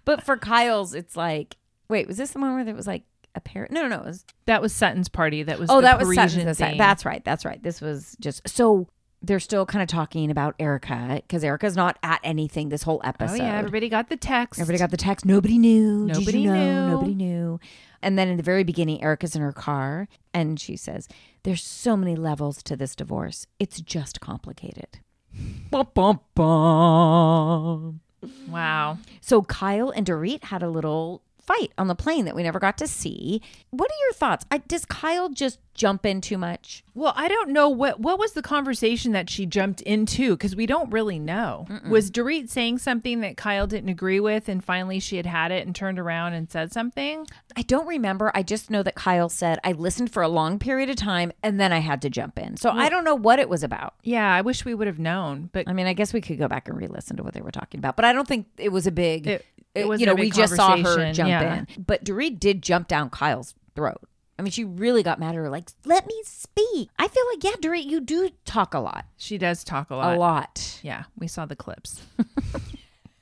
Speaker 3: But for Kyle's, it's like, wait, was this the one where there was like a pair? No, no, no. It was
Speaker 2: That was Sutton's party. That was
Speaker 3: oh,
Speaker 2: the
Speaker 3: that was
Speaker 2: Parisian
Speaker 3: Sutton's aside.
Speaker 2: thing.
Speaker 3: That's right. That's right. This was just so they're still kind of talking about Erica because Erica's not at anything this whole
Speaker 2: oh
Speaker 3: episode.
Speaker 2: yeah, everybody got the text.
Speaker 3: Everybody got the text. Nobody knew. Did you
Speaker 2: Nobody
Speaker 3: know?
Speaker 2: knew.
Speaker 3: Nobody knew. And then in the very beginning, Erica's in her car and she says, There's so many levels to this divorce. It's just complicated. Bum, bum, bum.
Speaker 2: wow.
Speaker 3: So Kyle and Dorit had a little fight on the plane that we never got to see. What are your thoughts? I, does Kyle just jump in too much?
Speaker 2: Well, I don't know what what was the conversation that she jumped into because we don't really know. Was Dorit saying something that Kyle didn't agree with, and finally she had had it and turned around and said something?
Speaker 3: I don't remember. I just know that Kyle said I listened for a long period of time and then I had to jump in. So I don't know what it was about.
Speaker 2: Yeah, I wish we would have known, but
Speaker 3: I mean, I guess we could go back and re-listen to what they were talking about, but I don't think it was a big.
Speaker 2: It-
Speaker 3: It,
Speaker 2: it wasn't
Speaker 3: was you know
Speaker 2: a big
Speaker 3: we just saw her
Speaker 2: conversation,
Speaker 3: jump
Speaker 2: yeah.
Speaker 3: in, but Dorit did jump down Kyle's throat. I mean, she really got mad at her. Like, let me speak. I feel like yeah, Dorit, you do talk a lot,
Speaker 2: she does talk a lot.
Speaker 3: a lot.
Speaker 2: Yeah, we saw the clips.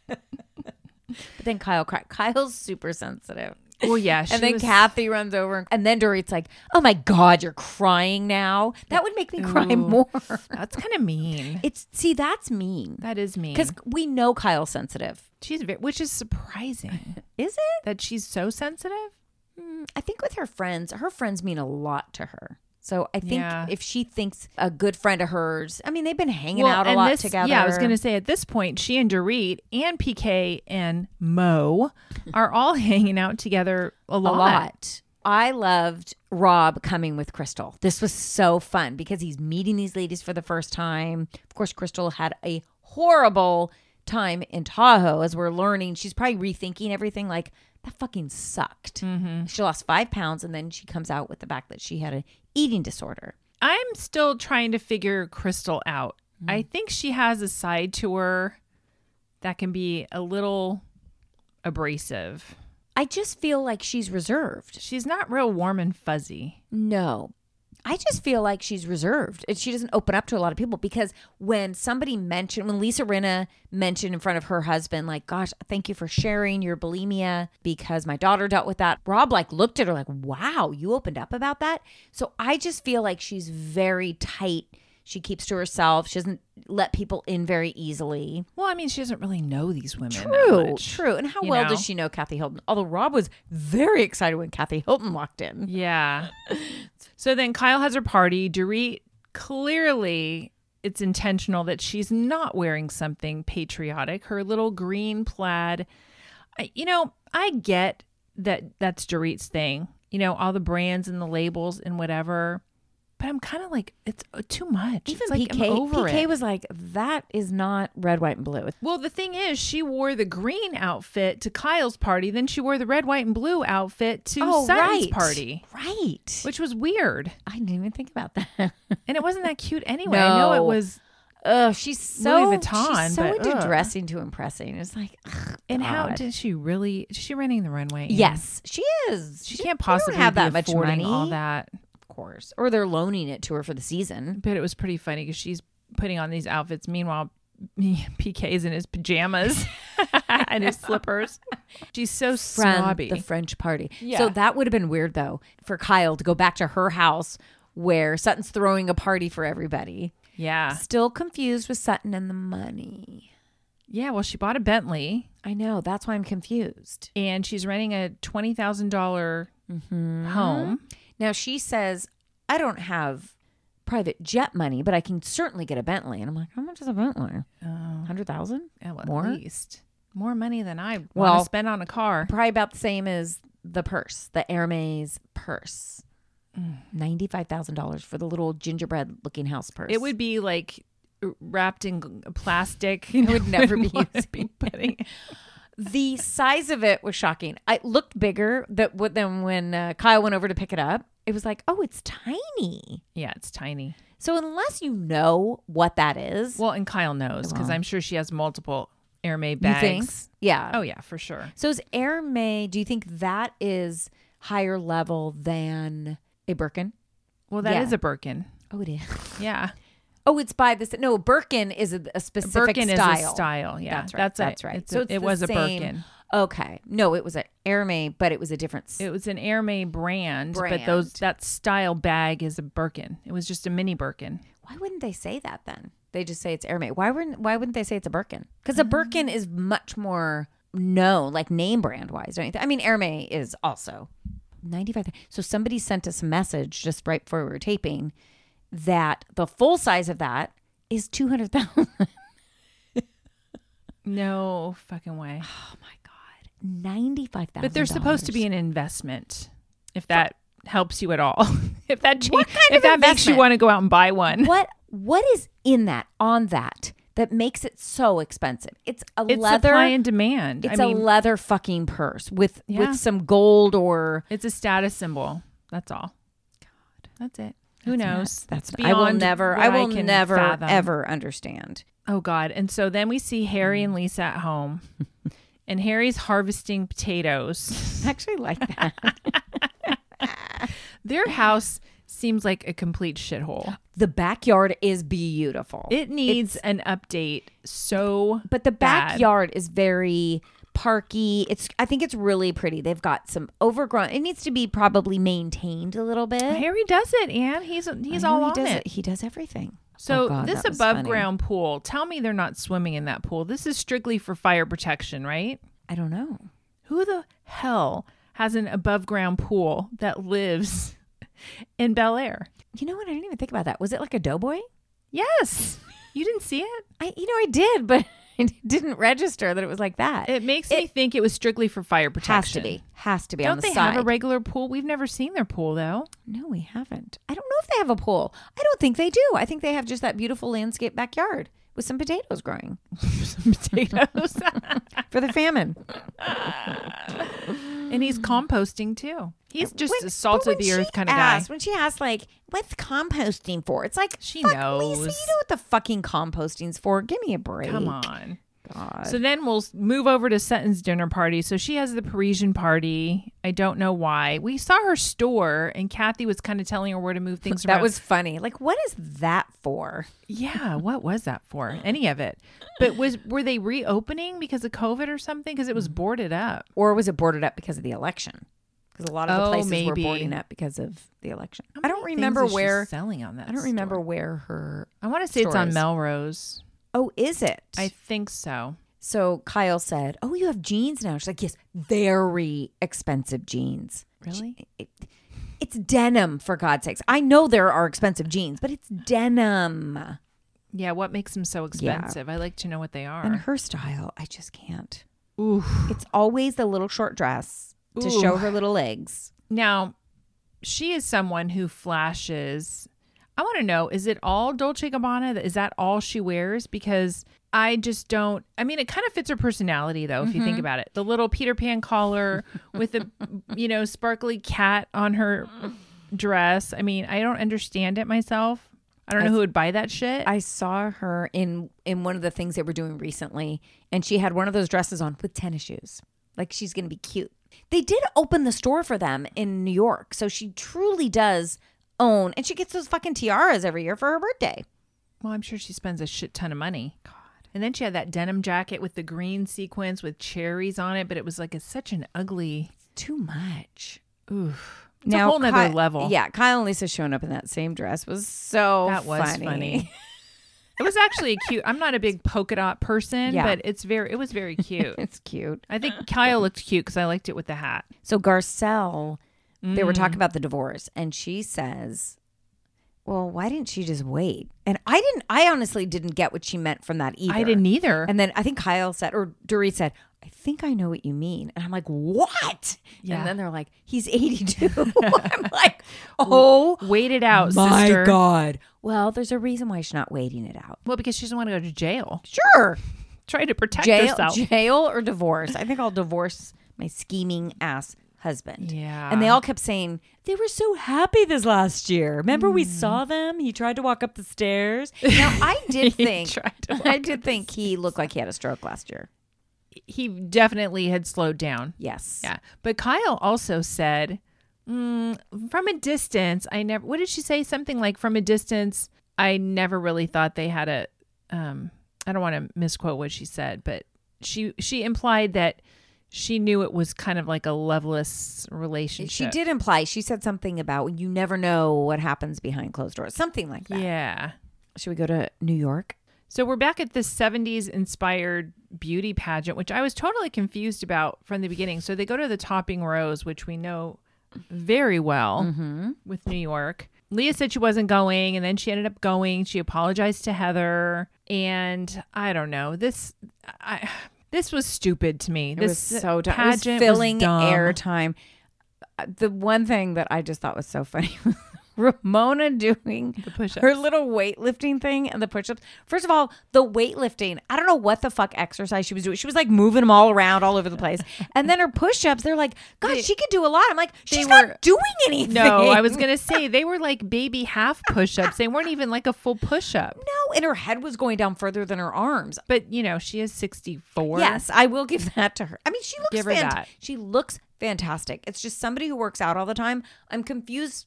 Speaker 3: But then Kyle cried. Kyle's super sensitive.
Speaker 2: Well, yeah, she
Speaker 3: And then
Speaker 2: was-
Speaker 3: Kathy runs over, and, and then Dorit's like, "Oh my God, you're crying now. That would make me cry
Speaker 2: Ooh.
Speaker 3: more."
Speaker 2: That's kind of mean.
Speaker 3: It's see, that's mean
Speaker 2: That is mean.
Speaker 3: because we know Kyle's sensitive.
Speaker 2: she's ve- which is surprising
Speaker 3: Is it?
Speaker 2: that she's so sensitive.
Speaker 3: I think with her friends, her friends mean a lot to her. So I think
Speaker 2: Yeah.
Speaker 3: if she thinks a good friend of hers, I mean, they've been hanging
Speaker 2: Well,
Speaker 3: out a
Speaker 2: and
Speaker 3: lot
Speaker 2: this-
Speaker 3: together.
Speaker 2: Yeah, I was gonna say at this point, she and Dorit and PK and Mo are all hanging out together a
Speaker 3: a
Speaker 2: lot.
Speaker 3: lot. I loved Rob coming with Crystal. This was so fun because he's meeting these ladies for the first time. Of course, Crystal had a horrible time in Tahoe, as we're learning. She's probably rethinking everything like, that fucking sucked. She lost five pounds and then she comes out with the fact that she had an eating disorder.
Speaker 2: I'm still trying to figure Crystal out. I
Speaker 3: Mm-hmm.
Speaker 2: think she has a side to her that can be a little abrasive.
Speaker 3: I just feel like she's reserved.
Speaker 2: She's not real warm and fuzzy.
Speaker 3: No. I just feel like she's reserved. and She doesn't open up to a lot of people because when somebody mentioned, when Lisa Rinna mentioned in front of her husband, like, gosh, thank you for sharing your bulimia because my daughter dealt with that, Rob like looked at her like, wow, you opened up about that. So I just feel like she's very tight. She keeps to herself. She doesn't let people in very easily.
Speaker 2: Well, I mean, she doesn't really know these women. that
Speaker 3: True,
Speaker 2: much,
Speaker 3: true. And how
Speaker 2: you
Speaker 3: well
Speaker 2: know?
Speaker 3: does she know Kathy Hilton? Although Rob was very excited when Kathy Hilton walked in.
Speaker 2: Yeah. so then Kyle has her party. Dorit clearly it's intentional that she's not wearing something patriotic. Her little green plaid. I, you know, I get that that's Dorit's thing. You know, all the brands and the labels and whatever. But I'm kind of like it's uh, too much. It's
Speaker 3: Even
Speaker 2: like, I'm
Speaker 3: PK,
Speaker 2: over
Speaker 3: PK
Speaker 2: it.
Speaker 3: was like, "That is not red, white, and blue."
Speaker 2: Well, the thing is, she wore the green outfit to Kyle's party, then she wore the red, white, and blue outfit to
Speaker 3: Oh,
Speaker 2: Sutton's party,
Speaker 3: right?
Speaker 2: which was weird.
Speaker 3: I didn't even think about that.
Speaker 2: And it wasn't that cute anyway. I know it
Speaker 3: No.
Speaker 2: was.
Speaker 3: Oh, she's so
Speaker 2: Louis Vuitton,
Speaker 3: she's so
Speaker 2: but,
Speaker 3: into
Speaker 2: ugh.
Speaker 3: dressing to impressing. It's like, ugh,
Speaker 2: And how
Speaker 3: God.
Speaker 2: did she really? Is she renting the runway?
Speaker 3: Yes, she is.
Speaker 2: She can't
Speaker 3: they don't
Speaker 2: possibly
Speaker 3: have
Speaker 2: be
Speaker 3: that much
Speaker 2: affording
Speaker 3: money.
Speaker 2: all that.
Speaker 3: of course, or they're loaning it to her for the season.
Speaker 2: But it was pretty funny because she's putting on these outfits. Meanwhile, PK's in his pajamas and his slippers. She's so
Speaker 3: Friend-
Speaker 2: snobby.
Speaker 3: the French party.
Speaker 2: Yeah.
Speaker 3: So that would have been weird though for Kyle to go back to her house where Sutton's throwing a party for everybody.
Speaker 2: yeah.
Speaker 3: Still confused with Sutton and the money.
Speaker 2: Yeah. Well, she bought a Bentley
Speaker 3: I know. That's why I'm confused.
Speaker 2: and she's renting a $20,000 dollars
Speaker 3: Mm-hmm.
Speaker 2: home.
Speaker 3: Now she says, I don't have private jet money, but I can certainly get a Bentley. And I'm like, how much is a Bentley? Hundred thousand?
Speaker 2: Oh, at
Speaker 3: More?
Speaker 2: least. More money than I want
Speaker 3: Well-
Speaker 2: to spend on a car.
Speaker 3: Probably about the same as the purse, the Hermes purse.
Speaker 2: Mm.
Speaker 3: Ninety-five thousand dollars for the little gingerbread-looking house purse.
Speaker 2: It would be like wrapped in gl- plastic.
Speaker 3: It would never be
Speaker 2: Must
Speaker 3: used.
Speaker 2: be putting-
Speaker 3: The size of it was shocking. It looked bigger that what- than when uh, Kyle went over to pick it up. It was like, oh, it's tiny.
Speaker 2: yeah, it's tiny.
Speaker 3: So unless you know what that is,
Speaker 2: Well, and Kyle knows because I'm sure she has multiple Hermes
Speaker 3: you
Speaker 2: bags.
Speaker 3: think, yeah,
Speaker 2: Oh yeah, for sure.
Speaker 3: So is Hermes, do you think that is higher level than a Birkin?
Speaker 2: Well, that is
Speaker 3: Yeah.
Speaker 2: a Birkin.
Speaker 3: Oh, it is.
Speaker 2: Yeah,
Speaker 3: Oh, it's by this. No, Birkin is a, a specific
Speaker 2: Birkin
Speaker 3: style.
Speaker 2: is a style. Yeah,
Speaker 3: That's right.
Speaker 2: That's,
Speaker 3: That's,
Speaker 2: a-
Speaker 3: right.
Speaker 2: it's a-
Speaker 3: it's
Speaker 2: it
Speaker 3: the
Speaker 2: was a
Speaker 3: same-
Speaker 2: Birkin.
Speaker 3: Okay. No, it was a Hermes, but it was a different. s-
Speaker 2: It was an Hermes brand, but those that style bag is a Birkin. It was just a mini Birkin.
Speaker 3: why wouldn't they say that then? They just say it's Hermes. Why wouldn't Why wouldn't they say it's a Birkin? Because a Birkin is much more known, like name brand wise. Don't you think? I mean, Hermes is also ninety five. So somebody sent us a message just right before we were taping that the full size of that is two hundred thousand.
Speaker 2: No fucking way.
Speaker 3: Oh my god, Ninety-five thousand.
Speaker 2: But there's supposed to be an investment, if that helps you at all. if that cha-
Speaker 3: What kind
Speaker 2: if
Speaker 3: of
Speaker 2: that makes you
Speaker 3: investment?
Speaker 2: want to go out and buy one,
Speaker 3: what what is in that on that that makes it so expensive? It's a
Speaker 2: it's
Speaker 3: leather.
Speaker 2: supply and demand.
Speaker 3: it's
Speaker 2: I mean,
Speaker 3: a leather fucking purse with
Speaker 2: Yeah.
Speaker 3: with some gold or
Speaker 2: it's a status symbol. That's all. God, that's it. Who knows?
Speaker 3: that's
Speaker 2: It's
Speaker 3: I will
Speaker 2: beyond
Speaker 3: never
Speaker 2: what
Speaker 3: I will
Speaker 2: can
Speaker 3: never
Speaker 2: fathom.
Speaker 3: ever understand.
Speaker 2: Oh God! And so then we see Harry
Speaker 3: Mm.
Speaker 2: and Lisa at home, and Harry's harvesting potatoes.
Speaker 3: I actually like that.
Speaker 2: Their house seems like a complete shithole.
Speaker 3: the backyard is beautiful.
Speaker 2: It needs an update. So,
Speaker 3: but the
Speaker 2: bad.
Speaker 3: backyard is very parky. It's I think it's really pretty. They've got some overgrown. It needs to be probably maintained a little bit.
Speaker 2: Harry does it, and he's he's all
Speaker 3: he
Speaker 2: on
Speaker 3: does
Speaker 2: it.
Speaker 3: He does everything.
Speaker 2: So
Speaker 3: Oh, God,
Speaker 2: this
Speaker 3: that was
Speaker 2: above
Speaker 3: funny.
Speaker 2: ground pool, tell me they're not swimming in that pool. This is strictly for fire protection, right?
Speaker 3: I don't know.
Speaker 2: Who the hell has an above ground pool that lives in Bel Air?
Speaker 3: You know what? I didn't even think about that. Was it like a doughboy?
Speaker 2: Yes. You didn't see it?
Speaker 3: I you know I did, but I didn't register that it was like that.
Speaker 2: It makes me think it was strictly for fire
Speaker 3: has to
Speaker 2: protection.
Speaker 3: be. Has to be on
Speaker 2: Don't
Speaker 3: the
Speaker 2: they
Speaker 3: side.
Speaker 2: have a regular pool? We've never seen their pool though.
Speaker 3: no, we haven't. I don't know if they have a pool. I don't think they do. I think they have just that beautiful landscape backyard with some potatoes growing
Speaker 2: Some potatoes.
Speaker 3: for the famine.
Speaker 2: and he's composting too. He's just
Speaker 3: When-
Speaker 2: a
Speaker 3: but when
Speaker 2: salt of the earth
Speaker 3: she
Speaker 2: kind of guy.
Speaker 3: asked, When she asked, like, what's composting for? It's like,
Speaker 2: She
Speaker 3: fuck,
Speaker 2: knows.
Speaker 3: Lisa, you know what the fucking composting's for. Give me a break.
Speaker 2: Come on.
Speaker 3: God.
Speaker 2: So then we'll s- move over to Sutton's dinner party. So she has the Parisian party. I don't know why. We saw her store, and Kathy was kind of telling her where to move things
Speaker 3: That
Speaker 2: around.
Speaker 3: was funny. Like, what is that for?
Speaker 2: yeah. What was that for? Any of it? But was were they reopening because of COVID or something? Because it was boarded up.
Speaker 3: Or was it boarded up because of the election? Because a lot of the
Speaker 2: Oh,
Speaker 3: places were
Speaker 2: maybe.
Speaker 3: boarding up because of the election. I don't
Speaker 2: What things
Speaker 3: remember
Speaker 2: is she
Speaker 3: where.
Speaker 2: selling on that.
Speaker 3: I don't
Speaker 2: store?
Speaker 3: remember where her.
Speaker 2: I want to say it's
Speaker 3: store
Speaker 2: on
Speaker 3: is.
Speaker 2: Melrose.
Speaker 3: Oh, is it?
Speaker 2: I think so.
Speaker 3: so Kyle said, "Oh, you have jeans now." She's like, "Yes, very expensive jeans."
Speaker 2: Really?
Speaker 3: it, it's denim for God's sakes. I know there are expensive jeans, but it's denim.
Speaker 2: Yeah. What makes them so expensive? I like to know what they
Speaker 3: And
Speaker 2: are.
Speaker 3: her style, I just can't.
Speaker 2: Ooh.
Speaker 3: It's always the little short dress to show
Speaker 2: Ooh.
Speaker 3: her little legs.
Speaker 2: Now, she is someone who flashes. I want to know is it all Dolce Gabbana? Is that all she wears? Because I just don't. I mean, it kind of fits her personality, though, if you think about it. The little Peter Pan collar with the, you know, sparkly cat on her dress. I mean, I don't understand it myself. I don't know who would buy that shit.
Speaker 3: I saw her in in one of the things they were doing recently, and she had one of those dresses on with tennis shoes. Like she's gonna be cute. They did open the store for them in New York, so she truly does own, and she gets those fucking tiaras every year for her birthday.
Speaker 2: well, I'm sure she spends a shit ton of money. God. And then she had that denim jacket with the green sequins with cherries on it, but it was like it's such an ugly.
Speaker 3: Too much.
Speaker 2: Oof. It's a whole nother
Speaker 3: Ky-
Speaker 2: level.
Speaker 3: Yeah, Kyle and Lisa showing up in that same dress was so
Speaker 2: That was funny.
Speaker 3: funny.
Speaker 2: it was actually a cute. I'm not a big polka dot person,
Speaker 3: Yeah.
Speaker 2: but it's very. It was very cute.
Speaker 3: it's cute.
Speaker 2: I think Kyle looked cute because I liked it with the hat.
Speaker 3: So Garcelle, they were
Speaker 2: Mm.
Speaker 3: talking about the divorce, and she says, "Well, why didn't she just wait?" And I didn't. I honestly didn't get what she meant from that either.
Speaker 2: I didn't either.
Speaker 3: And then I think Kyle said, or Dorit said, "I think I know what you mean." And I'm like, "What?"
Speaker 2: Yeah.
Speaker 3: And then they're like, "He's 82." I'm like, "Oh
Speaker 2: Wait it out,
Speaker 3: my
Speaker 2: sister.
Speaker 3: god!" Well, there's a reason why she's not waiting it out.
Speaker 2: Well, because she doesn't want to go to jail.
Speaker 3: Sure.
Speaker 2: Try to protect
Speaker 3: jail,
Speaker 2: herself.
Speaker 3: jail or divorce. I think I'll divorce my scheming ass husband.
Speaker 2: Yeah.
Speaker 3: And they all kept saying they were so happy this last year. Remember
Speaker 2: Hmm.
Speaker 3: we saw them? He tried to walk up the stairs. Now I did
Speaker 2: He
Speaker 3: think
Speaker 2: tried to walk
Speaker 3: I did think he looked like he had a stroke last year.
Speaker 2: he definitely had slowed down.
Speaker 3: Yes.
Speaker 2: Yeah, but Kyle also said, mm, from a distance, I never. What did she say? Something like, from a distance, I never really thought they had a. Um, I don't want to misquote what she said, but she she implied that she knew it was kind of like a loveless relationship.
Speaker 3: She did imply she said something about you never know what happens behind closed doors. Something like that.
Speaker 2: Yeah.
Speaker 3: Should we go to New York?
Speaker 2: So we're back at this 70s inspired beauty pageant, which I was totally confused about from the beginning. So they go to the Topping Rose, which we know very well
Speaker 3: Mm-hmm.
Speaker 2: with New York. Leah said she wasn't going, and then she ended up going. She apologized to Heather, and I don't know this. I, This was stupid to me.
Speaker 3: It
Speaker 2: This
Speaker 3: was so dumb. It was
Speaker 2: pageant was
Speaker 3: filling
Speaker 2: dumb.
Speaker 3: airtime. Uh, The one thing that I just thought was so funny was Ramona doing the
Speaker 2: push-ups.
Speaker 3: her little weightlifting thing and the push-ups. First of all, the weightlifting. I don't know what the fuck exercise she was doing. She was like moving them all around all over the place. And then her push-ups, they're like, God, she could do a lot. I'm like, she's
Speaker 2: were-
Speaker 3: not doing anything.
Speaker 2: No, I was gonna say they were like baby half push-ups. They weren't even like a full push-up.
Speaker 3: No, and her head was going down further than her arms.
Speaker 2: But you know, she is sixty-four.
Speaker 3: Yes, I will give that to her. I mean, she looks
Speaker 2: Give her
Speaker 3: fant-
Speaker 2: that.
Speaker 3: she looks fantastic. It's just somebody who works out all the time. I'm confused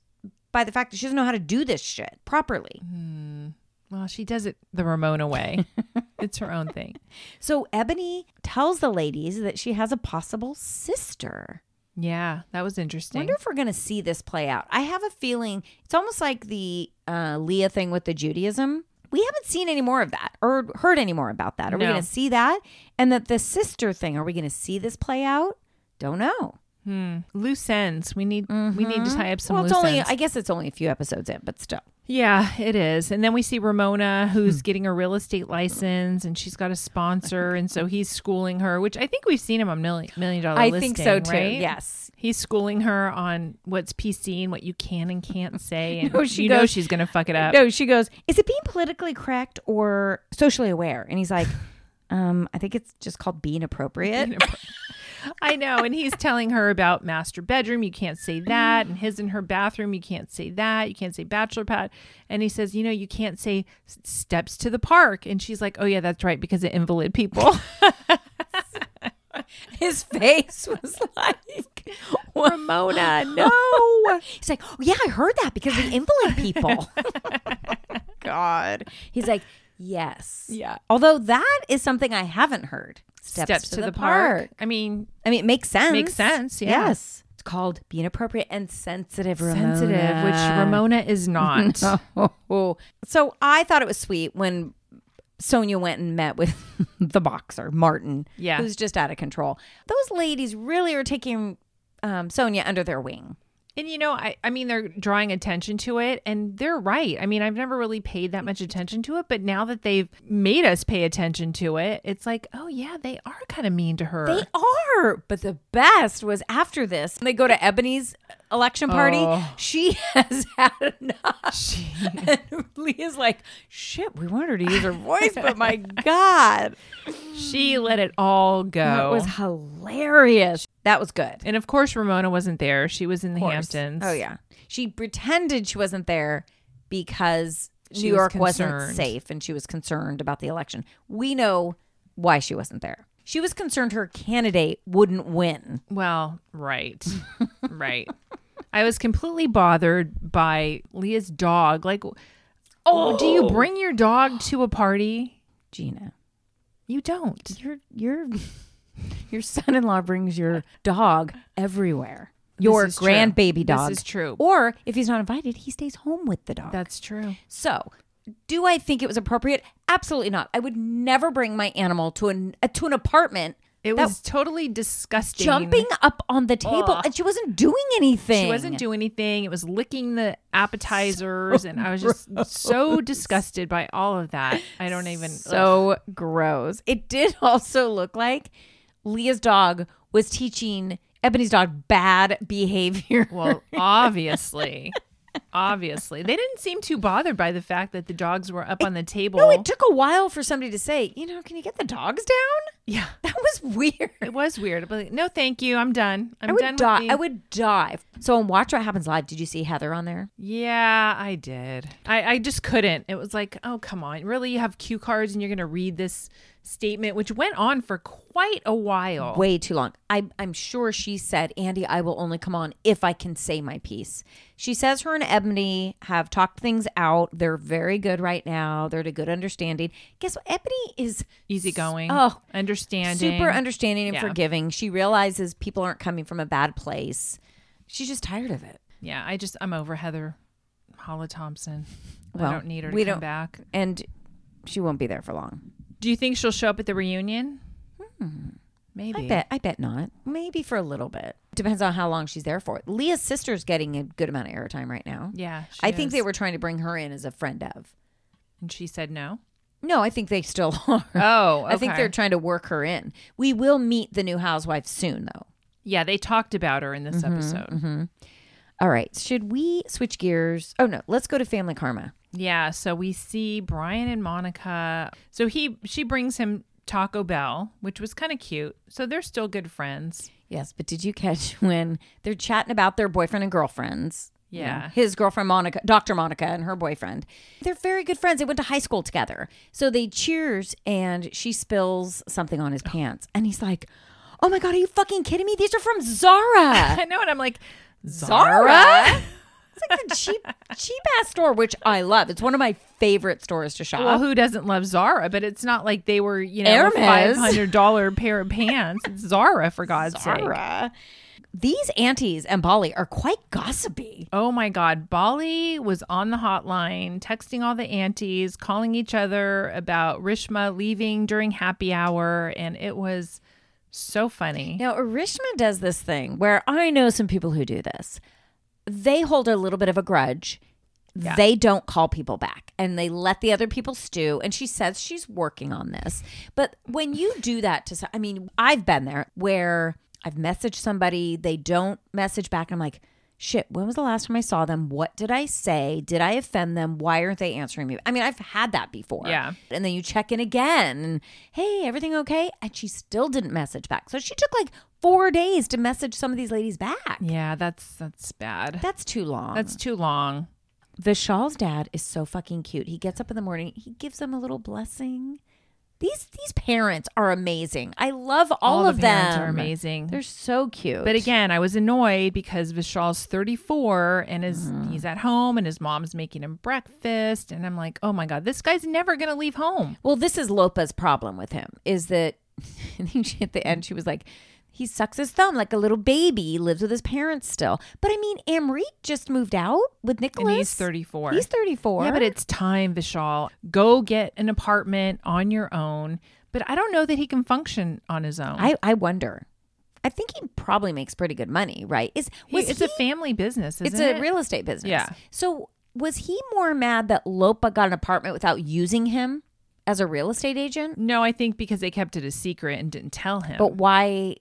Speaker 3: by the fact that she doesn't know how to do this shit properly.
Speaker 2: Mm-hmm. Well, she does it the Ramona way. it's her own thing.
Speaker 3: So Ebony tells the ladies that she has a possible sister.
Speaker 2: Yeah, that was interesting.
Speaker 3: Wonder if we're going to see this play out. I have a feeling it's almost like the uh, Leah thing with the Judaism. We haven't seen any more of that or heard any more about that. Are we
Speaker 2: No.
Speaker 3: going to see that? And that the sister thing, are we going to see this play out? Don't know.
Speaker 2: loose ends. We need we need to tie up some
Speaker 3: Mm-hmm. well, it's
Speaker 2: loose
Speaker 3: only
Speaker 2: ends.
Speaker 3: I guess it's only a few episodes in, but still.
Speaker 2: yeah, it is. And then we see Ramona
Speaker 3: Hmm.
Speaker 2: who's getting a real estate license and she's got a sponsor and so he's schooling her, which I think we've seen him on million million dollar
Speaker 3: I
Speaker 2: listing,
Speaker 3: think so too.
Speaker 2: right?
Speaker 3: Yes.
Speaker 2: He's schooling her on what's PC and what you can and can't say and
Speaker 3: No, she
Speaker 2: you know
Speaker 3: goes-
Speaker 2: she's going to fuck it up.
Speaker 3: No, she goes, "Is it being politically correct or socially aware?" And he's like, um, "I think it's just called being appropriate."
Speaker 2: I know. And he's telling her about master bedroom, you can't say that. And his and her bathroom, you can't say that. You can't say bachelor pad. And he says, you know, you can't say s- steps to the park. And she's like, oh, yeah, that's right, because of invalid people.
Speaker 3: His face was like,
Speaker 2: Ramona, no.
Speaker 3: He's like, oh, "Yeah, I heard that because of the invalid people." God. He's like, "Yes."
Speaker 2: Yeah.
Speaker 3: Although that is something I haven't heard. Steps, to, the, park.
Speaker 2: I mean,
Speaker 3: I mean, it makes sense.
Speaker 2: Makes sense, yeah.
Speaker 3: Yes. It's called being appropriate and sensitive. Ramona.
Speaker 2: sensitive, which Ramona is not.
Speaker 3: Oh. So I thought it was sweet when Sonia went and met with the boxer, Martin,
Speaker 2: Yeah.
Speaker 3: who's just out of control. Those ladies really are taking um, Sonia under their wing.
Speaker 2: And you know, I, I mean, they're drawing attention to it, and they're right. I mean, I've never really paid that much attention to it, but now that they've made us pay attention to it, it's like, oh yeah, they are kind of mean to her.
Speaker 3: They are. But the best was after this, they go to Ebony's election party.
Speaker 2: Oh.
Speaker 3: She has had enough. and Leah's like, shit, we wanted her to use her voice, but my God.
Speaker 2: she let it all
Speaker 3: That
Speaker 2: go.
Speaker 3: was hilarious. That was good.
Speaker 2: and of course, Ramona wasn't there. She was in the
Speaker 3: course.
Speaker 2: Hamptons.
Speaker 3: Oh yeah. She pretended she wasn't there because
Speaker 2: She
Speaker 3: New
Speaker 2: was
Speaker 3: York wasn't
Speaker 2: concerned.
Speaker 3: safe and she was concerned about the election. We know why she wasn't there. She was concerned her candidate wouldn't win.
Speaker 2: Well, right, right. I was completely bothered by Leah's dog. Like, oh, do you bring your dog to a party?
Speaker 3: Gina,
Speaker 2: You don't.
Speaker 3: your your your son-in-law brings your dog everywhere. Your
Speaker 2: is true. This
Speaker 3: grandbaby dog.
Speaker 2: is true.
Speaker 3: Or if he's not invited, he stays home with the dog.
Speaker 2: That's true.
Speaker 3: So, do I think it was appropriate? Absolutely not. I would never bring my animal to an to an apartment.
Speaker 2: It
Speaker 3: that
Speaker 2: was totally disgusting.
Speaker 3: jumping up on the table, and she wasn't doing anything.
Speaker 2: She wasn't doing anything. It was licking the appetizers, and I was just so disgusted by all of that. I don't even.
Speaker 3: so gross. It did also look like Leah's dog was teaching Ebony's dog bad behavior.
Speaker 2: well, obviously, obviously, they didn't seem too bothered by the fact that the dogs were up on the table.
Speaker 3: no, Oh, it took a while for somebody to say, you know, can you get the dogs down?
Speaker 2: yeah,
Speaker 3: That was weird.
Speaker 2: it was weird. But like, no, thank you. I'm done. I'm
Speaker 3: I would
Speaker 2: done
Speaker 3: die.
Speaker 2: with the-
Speaker 3: I would die. So on Watch What Happens Live, did you see Heather on there?
Speaker 2: Yeah, I did. I, I just couldn't. It was like, oh, come on. Really? You have cue cards and you're going to read this statement, which went on for quite a while.
Speaker 3: way too long. I, I'm sure she said, Andy, I will only come on if I can say my piece. She says her and Ebony have talked things out. They're very good right now. They're at a good understanding. Guess what? Ebony is
Speaker 2: easygoing.
Speaker 3: Oh,
Speaker 2: understanding.
Speaker 3: super understanding and
Speaker 2: Yeah.
Speaker 3: forgiving. She realizes people aren't coming from a bad place. She's just tired of it.
Speaker 2: yeah, I just I'm over Heather Holla Thompson.
Speaker 3: Well,
Speaker 2: I don't need her to
Speaker 3: we
Speaker 2: come
Speaker 3: don't-
Speaker 2: back.
Speaker 3: And she won't be there for long.
Speaker 2: Do you think she'll show up at the reunion? Maybe.
Speaker 3: Hmm. I bet I bet not. Maybe for a little bit. Depends on how long she's there for. Leah's sister's getting a good amount of airtime right now.
Speaker 2: Yeah, she
Speaker 3: I think
Speaker 2: is.
Speaker 3: they were trying to bring her in as a friend of.
Speaker 2: And she said no.
Speaker 3: No, I think they still are.
Speaker 2: Oh,
Speaker 3: I think
Speaker 2: okay.
Speaker 3: they're trying to work her in. We will meet the new housewife soon, though.
Speaker 2: Yeah, they talked about her in this episode.
Speaker 3: All right. Should we switch gears? Oh, no. Let's go to Family Karma.
Speaker 2: Yeah, so we see Brian and Monica. So he she brings him Taco Bell, which was kind of cute. So they're still good friends.
Speaker 3: Yes, but did you catch when they're chatting about their boyfriend and girlfriends? You know,
Speaker 2: Yeah.
Speaker 3: his girlfriend Monica, Dr. Monica, and her boyfriend. They're very good friends. They went to high school together. So they cheers, and she spills something on his pants, and he's like, "Oh my god, are you fucking kidding me? These are from Zara."
Speaker 2: I know, and I'm like, Zara?
Speaker 3: Zara. It's like a cheap, cheap ass store, which I love. It's one of my favorite stores to shop.
Speaker 2: Well, who doesn't love Zara? But it's not like they were, you know, a
Speaker 3: Hermes.
Speaker 2: $500 pair of pants. It's Zara, for God's sake.
Speaker 3: Zara. These aunties and Bali are quite gossipy.
Speaker 2: Oh my God. Bali was on the hotline, texting all the aunties, calling each other about Rishma leaving during happy hour. And it was so funny.
Speaker 3: Now, Arishma does this thing where I know some people who do this. They hold a little bit of a grudge. They don't call people back and they let the other people stew. And she says she's working on this. But when you do that to, some- I mean, I've been there where I've messaged somebody, they don't message back. I'm like, shit, when was the last time I saw them? What did I say? Did I offend them? Why aren't they answering me? I mean, I've had that before.
Speaker 2: Yeah.
Speaker 3: And then you check in again and hey, everything okay? And she still didn't message back. So she took like four days to message some of these ladies back.
Speaker 2: Yeah, that's that's bad.
Speaker 3: That's too long.
Speaker 2: That's too long.
Speaker 3: Vishal's dad is so fucking cute. He gets up in the morning, he gives them a little blessing. These these parents are amazing. I love all,
Speaker 2: the
Speaker 3: of
Speaker 2: parents
Speaker 3: them.
Speaker 2: are amazing.
Speaker 3: They're so cute.
Speaker 2: but again, I was annoyed because Vishal's 34 and is
Speaker 3: Mm-hmm.
Speaker 2: he's at home and his mom's making him breakfast and I'm like, "Oh my god, this guy's never going to leave home."
Speaker 3: Well, this is Lopa's problem with him is that I think she, at the end she was like, he sucks his thumb like a little baby. He lives with his parents still. But I mean, Amrit just moved out with Nicholas.
Speaker 2: And he's 34.
Speaker 3: He's 34.
Speaker 2: Yeah, but it's time, Vishal. Go get an apartment on your own. But I don't know that he can function on his own.
Speaker 3: I, I wonder. I think he probably makes pretty good money, right? Is
Speaker 2: He-
Speaker 3: was
Speaker 2: it's
Speaker 3: he,
Speaker 2: a family business, isn't
Speaker 3: it's
Speaker 2: it?
Speaker 3: a real estate business.
Speaker 2: Yeah.
Speaker 3: So was he more mad that Lopa got an apartment without using him as a real estate agent?
Speaker 2: no, I think because they kept it a secret and didn't tell him.
Speaker 3: But why?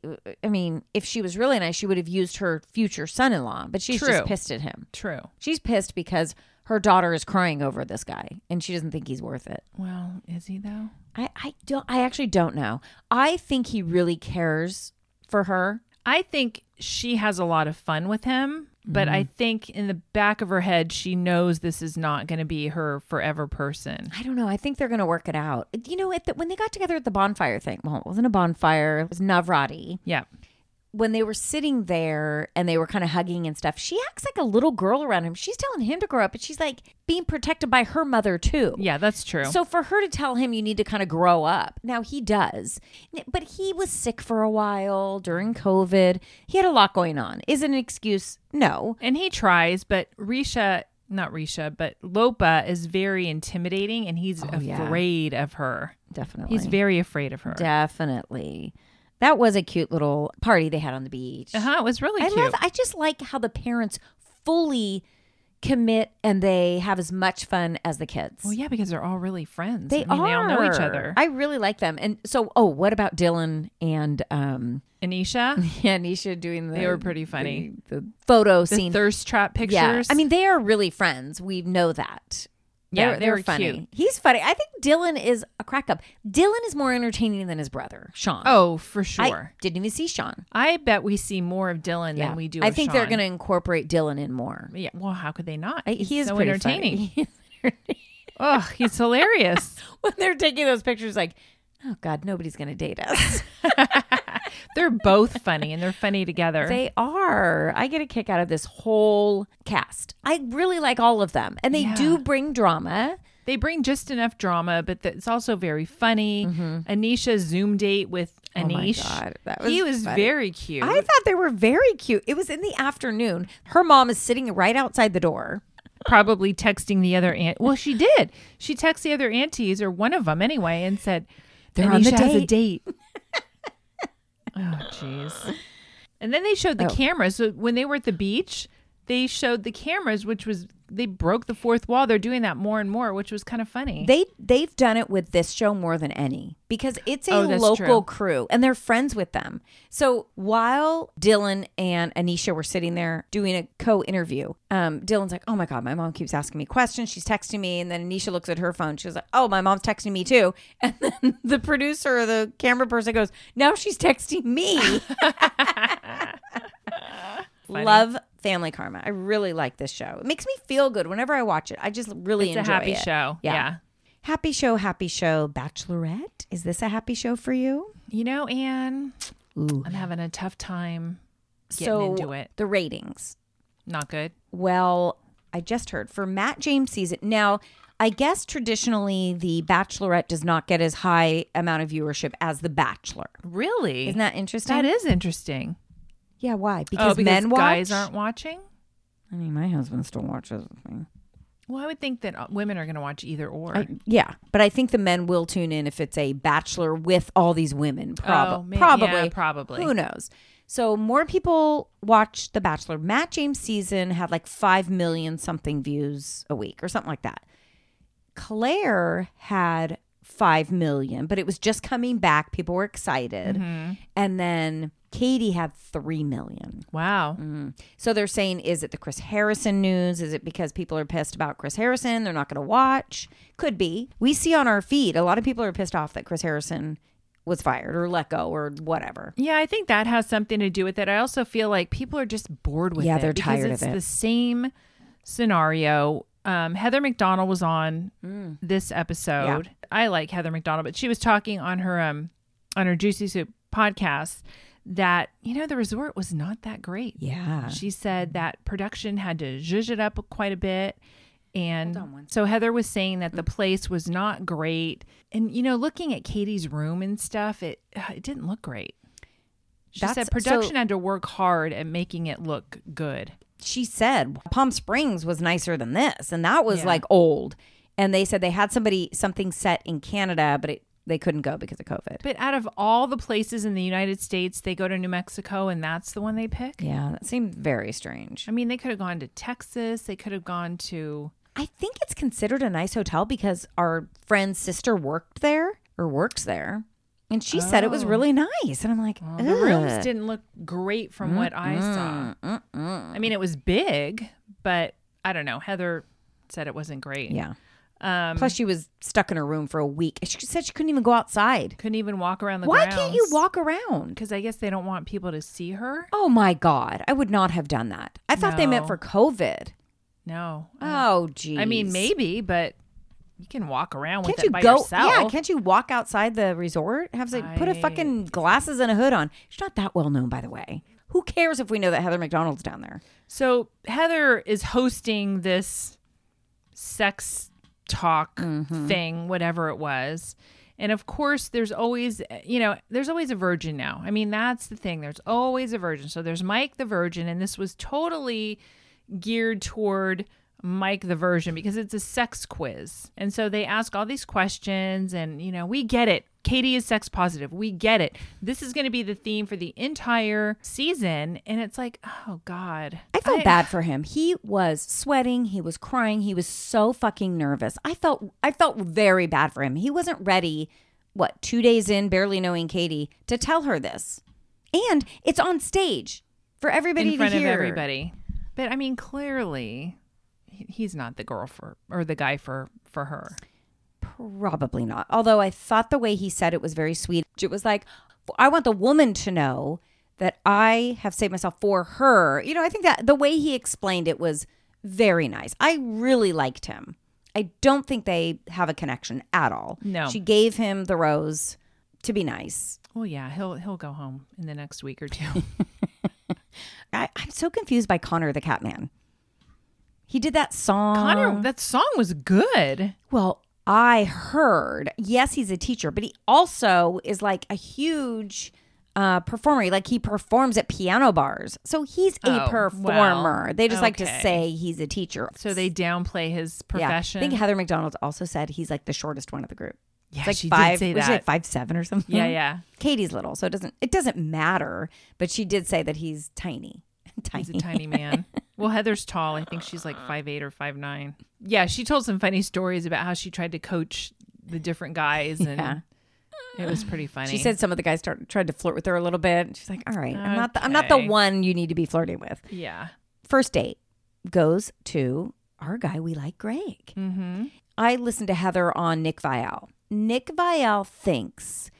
Speaker 3: I mean, if she was really nice, she would have used her future son in law, but she's
Speaker 2: True.
Speaker 3: just pissed at him.
Speaker 2: True.
Speaker 3: She's pissed because her daughter is crying over this guy and she doesn't think he's worth it.
Speaker 2: Well, is he though?
Speaker 3: I, I don't, I actually don't know. I think he really cares for her.
Speaker 2: I think she has a lot of fun with him, but
Speaker 3: Mm-hmm.
Speaker 2: I think in the back of her head, she knows this is not going to be her forever person.
Speaker 3: I don't know. I think they're going to work it out. You know, at the, when they got together at the bonfire thing, well, it wasn't a bonfire, it was Navrati.
Speaker 2: Yeah.
Speaker 3: When they were sitting there and they were kind of hugging and stuff, she acts like a little girl around him. She's telling him to grow up, and she's like being protected by her mother, too.
Speaker 2: Yeah, that's true.
Speaker 3: So for her to tell him you need to kind of grow up, now he does. N- But he was sick for a while during COVID. He had a lot going on. Is it an excuse? No.
Speaker 2: and he tries, but Risha, not Risha, but Lopa is very intimidating and he's
Speaker 3: Oh, yeah.
Speaker 2: afraid of her.
Speaker 3: Definitely.
Speaker 2: He's very afraid of her.
Speaker 3: Definitely. That was a cute little party they had on the beach.
Speaker 2: Uh huh. It was really
Speaker 3: I
Speaker 2: cute.
Speaker 3: love I just like how the parents fully commit and they have as much fun as the kids.
Speaker 2: well, yeah, because they're all really friends.
Speaker 3: They
Speaker 2: I mean,
Speaker 3: are.
Speaker 2: They all know each other.
Speaker 3: I really like them. And so, oh, what about Dylan and um,
Speaker 2: Anisha,
Speaker 3: yeah, Nisha doing the
Speaker 2: they were pretty funny.
Speaker 3: the photo
Speaker 2: The
Speaker 3: scene.
Speaker 2: thirst trap pictures.
Speaker 3: Yeah, I mean they are really friends. We know that.
Speaker 2: Yeah,
Speaker 3: They're-
Speaker 2: they
Speaker 3: they're
Speaker 2: were
Speaker 3: funny.
Speaker 2: cute.
Speaker 3: He's funny. I think Dylan is a crack up. Dylan is more entertaining than his brother Sean.
Speaker 2: oh, for
Speaker 3: I
Speaker 2: sure.
Speaker 3: didn't even see Sean.
Speaker 2: I, bet we see more of Dylan than we do.
Speaker 3: I
Speaker 2: of
Speaker 3: think they're
Speaker 2: Sean.
Speaker 3: going to incorporate Dylan in more.
Speaker 2: Yeah. Well, how could they not?
Speaker 3: I-
Speaker 2: He's
Speaker 3: he is
Speaker 2: so
Speaker 3: pretty
Speaker 2: entertaining.
Speaker 3: funny.
Speaker 2: Ugh, he's hilarious.
Speaker 3: when they're taking those pictures, like, oh god, nobody's going to date us.
Speaker 2: they're both funny and they're funny together.
Speaker 3: they are. I get a kick out of this whole cast. I really like all of them, and they do bring drama.
Speaker 2: they bring just enough drama, but th- it's also very funny. Anisha's Zoom date with
Speaker 3: Mm-hmm. Oh my
Speaker 2: Anish.
Speaker 3: God, that
Speaker 2: he
Speaker 3: was
Speaker 2: was
Speaker 3: funny.
Speaker 2: very cute.
Speaker 3: I thought they were very cute. It was in the afternoon. Her mom is sitting right outside the door.
Speaker 2: Probably texting the other aunt. Well, she did. She texted the other aunties or one of them anyway and said,
Speaker 3: They're on the
Speaker 2: "Anisha has a date."
Speaker 3: Oh.
Speaker 2: oh, jeez. And then they showed the cameras. So when they were at the beach, they showed the cameras, which was they broke the fourth wall. They're doing that more and more, which was kind of funny.
Speaker 3: They they've done it with this show more than any because it's a
Speaker 2: Oh, that's true.
Speaker 3: local crew and they're friends with them. So while Dylan and Anisha were sitting there doing a co-interview, um, Dylan's like, "Oh my god, my mom keeps asking me questions. She's texting me." And then Anisha looks at her phone. She was like, "Oh, my mom's texting me too." And then the producer or the camera person goes, "Now she's texting me." Love Family Karma. I really like this show. It makes me feel good whenever I watch it. I just really
Speaker 2: it's a
Speaker 3: enjoy
Speaker 2: happy
Speaker 3: it.
Speaker 2: show.
Speaker 3: Yeah.
Speaker 2: yeah.
Speaker 3: Happy show, happy show, Bachelorette. Is this a happy show for you?
Speaker 2: You know, Anne, I'm having a tough time getting into it.
Speaker 3: The ratings.
Speaker 2: Not good.
Speaker 3: Well, I just heard for Matt James season. Now, I guess traditionally the Bachelorette does not get as high amount of viewership as the Bachelor.
Speaker 2: Really?
Speaker 3: Isn't that interesting?
Speaker 2: that is interesting.
Speaker 3: Yeah, why? Because,
Speaker 2: oh, because
Speaker 3: men watch.
Speaker 2: guys aren't watching?
Speaker 3: I mean, my husband still watches. I mean,
Speaker 2: Well, I would think that uh, women are going to watch either or.
Speaker 3: I- yeah, but I think the men will tune in if it's a Bachelor with all these women. Prob-
Speaker 2: Oh, may-
Speaker 3: probably,
Speaker 2: yeah, probably.
Speaker 3: Who knows? So more people watch The Bachelor. Matt James season had like five million something views a week or something like that. Claire had five million, but it was just coming back. People were excited,
Speaker 2: Mm-hmm.
Speaker 3: and then Katie had three million.
Speaker 2: wow.
Speaker 3: Mm. So they're saying, is it the Chris Harrison news? Is it because people are pissed about Chris Harrison? They're not going to watch? Could be. We see on our feed a lot of people are pissed off that Chris Harrison was fired or let go or whatever.
Speaker 2: Yeah, I think that has something to do with it. I also feel like people are just bored with
Speaker 3: Yeah,
Speaker 2: it.
Speaker 3: they're
Speaker 2: because
Speaker 3: tired of
Speaker 2: it's
Speaker 3: it.
Speaker 2: The same scenario. Um, Heather McDonald was on
Speaker 3: Mm.
Speaker 2: this episode. I like Heather McDonald, but she was talking on her um on her Juicy Soup podcast that you know the resort was not that great.
Speaker 3: Yeah.
Speaker 2: She said
Speaker 3: mm-hmm.
Speaker 2: that production had to zhuzh it up quite a bit. And so Heather was saying that the
Speaker 3: Mm-hmm.
Speaker 2: place was not great. And, you know, looking at Katie's room and stuff, it, uh, it didn't look great. She
Speaker 3: That's-
Speaker 2: said production
Speaker 3: so-
Speaker 2: had to work hard at making it look good.
Speaker 3: She said Palm Springs was nicer than this, and that was
Speaker 2: Yeah.
Speaker 3: like old. And they said they had somebody something set in Canada, but it, they couldn't go because of COVID.
Speaker 2: But out of all the places in the United States, they go to New Mexico and that's the one they pick.
Speaker 3: Yeah, that seemed very strange.
Speaker 2: I mean, they could have gone to Texas. They could have gone to,
Speaker 3: I think it's considered a nice hotel because our friend's sister worked there or works there. And she said it was really nice. And I'm like,
Speaker 2: Oh. the rooms
Speaker 3: "Ugh."
Speaker 2: didn't look great from what I saw. I mean, it was big, but I don't know. Heather said it wasn't great.
Speaker 3: yeah.
Speaker 2: Um,
Speaker 3: Plus, she was stuck in her room for a week. She said she couldn't even go outside.
Speaker 2: couldn't even walk around the
Speaker 3: Why can't you walk around?
Speaker 2: Because I guess they don't want people to see her.
Speaker 3: Oh my God. I would not have done that. I thought they meant
Speaker 2: No.
Speaker 3: for COVID.
Speaker 2: No.
Speaker 3: Oh, geez.
Speaker 2: I mean, maybe, but you can walk around with
Speaker 3: Can't
Speaker 2: it
Speaker 3: you
Speaker 2: by
Speaker 3: go?
Speaker 2: yourself.
Speaker 3: Yeah, can't you walk outside the resort? Have to put a
Speaker 2: I-
Speaker 3: fucking glasses and a hood on. She's not that well known, by the way. Who cares if we know that Heather McDonald's down there?
Speaker 2: So Heather is hosting this sex talk thing, whatever it was. And of course, there's always, you know, there's always a virgin now. I mean, that's the thing. There's always a virgin. So there's Mike the virgin, and this was totally geared toward Mike the virgin because it's a sex quiz. And so they ask all these questions, and, you know, we get it. Katie is sex positive. We get it. This is going to be the theme for the entire season. And it's like, oh, God.
Speaker 3: I felt bad for him. He was sweating, he was crying, he was so fucking nervous. I felt I felt very bad for him. He wasn't ready, what, 2 days in barely knowing Katie to tell her this. And it's on stage for everybody
Speaker 2: in front
Speaker 3: to
Speaker 2: of
Speaker 3: hear.
Speaker 2: everybody. But I mean, clearly, he- he's not the girl for or the guy for for her.
Speaker 3: Probably not. Although I thought the way he said it was very sweet. It was like, I want the woman to know that I have saved myself for her. You know, I think that the way he explained it was very nice. I really liked him. I don't think they have a connection at all.
Speaker 2: No.
Speaker 3: She gave him the rose to be nice.
Speaker 2: Well, yeah, he'll he'll go home in the next week or two.
Speaker 3: I, I'm so confused by Connor the Catman. He did that song.
Speaker 2: Connor, that song was good.
Speaker 3: Well, I heard, yes, he's a teacher, but he also is like a huge uh, performer. Like he performs at piano bars. So he's a
Speaker 2: Oh,
Speaker 3: performer.
Speaker 2: well,
Speaker 3: they just like to
Speaker 2: okay.
Speaker 3: say he's a teacher.
Speaker 2: So they downplay his
Speaker 3: yeah. I
Speaker 2: profession.
Speaker 3: think Heather McDonald also said he's like the shortest one of the group.
Speaker 2: Yeah,
Speaker 3: It's like
Speaker 2: she did
Speaker 3: five,
Speaker 2: say
Speaker 3: was she like
Speaker 2: that.
Speaker 3: five seven or something?
Speaker 2: yeah, yeah.
Speaker 3: Katie's little, so it doesn't it doesn't matter. But she did say that he's tiny, tiny.
Speaker 2: He's a tiny man. Well, Heather's tall. I think she's like five eight or five nine. Yeah, she told some funny stories about how she tried to coach the different guys, and
Speaker 3: Yeah.
Speaker 2: it was pretty funny.
Speaker 3: She said some of the guys start, tried to flirt with her a little bit. She's like, "All right, I'm not the, I'm not the
Speaker 2: Okay.
Speaker 3: one you need to be flirting with."
Speaker 2: "Yeah,
Speaker 3: First date goes to our guy we like, Greg.
Speaker 2: mm-hmm.
Speaker 3: I listened to Heather on Nick Vial. Nick Vial thinks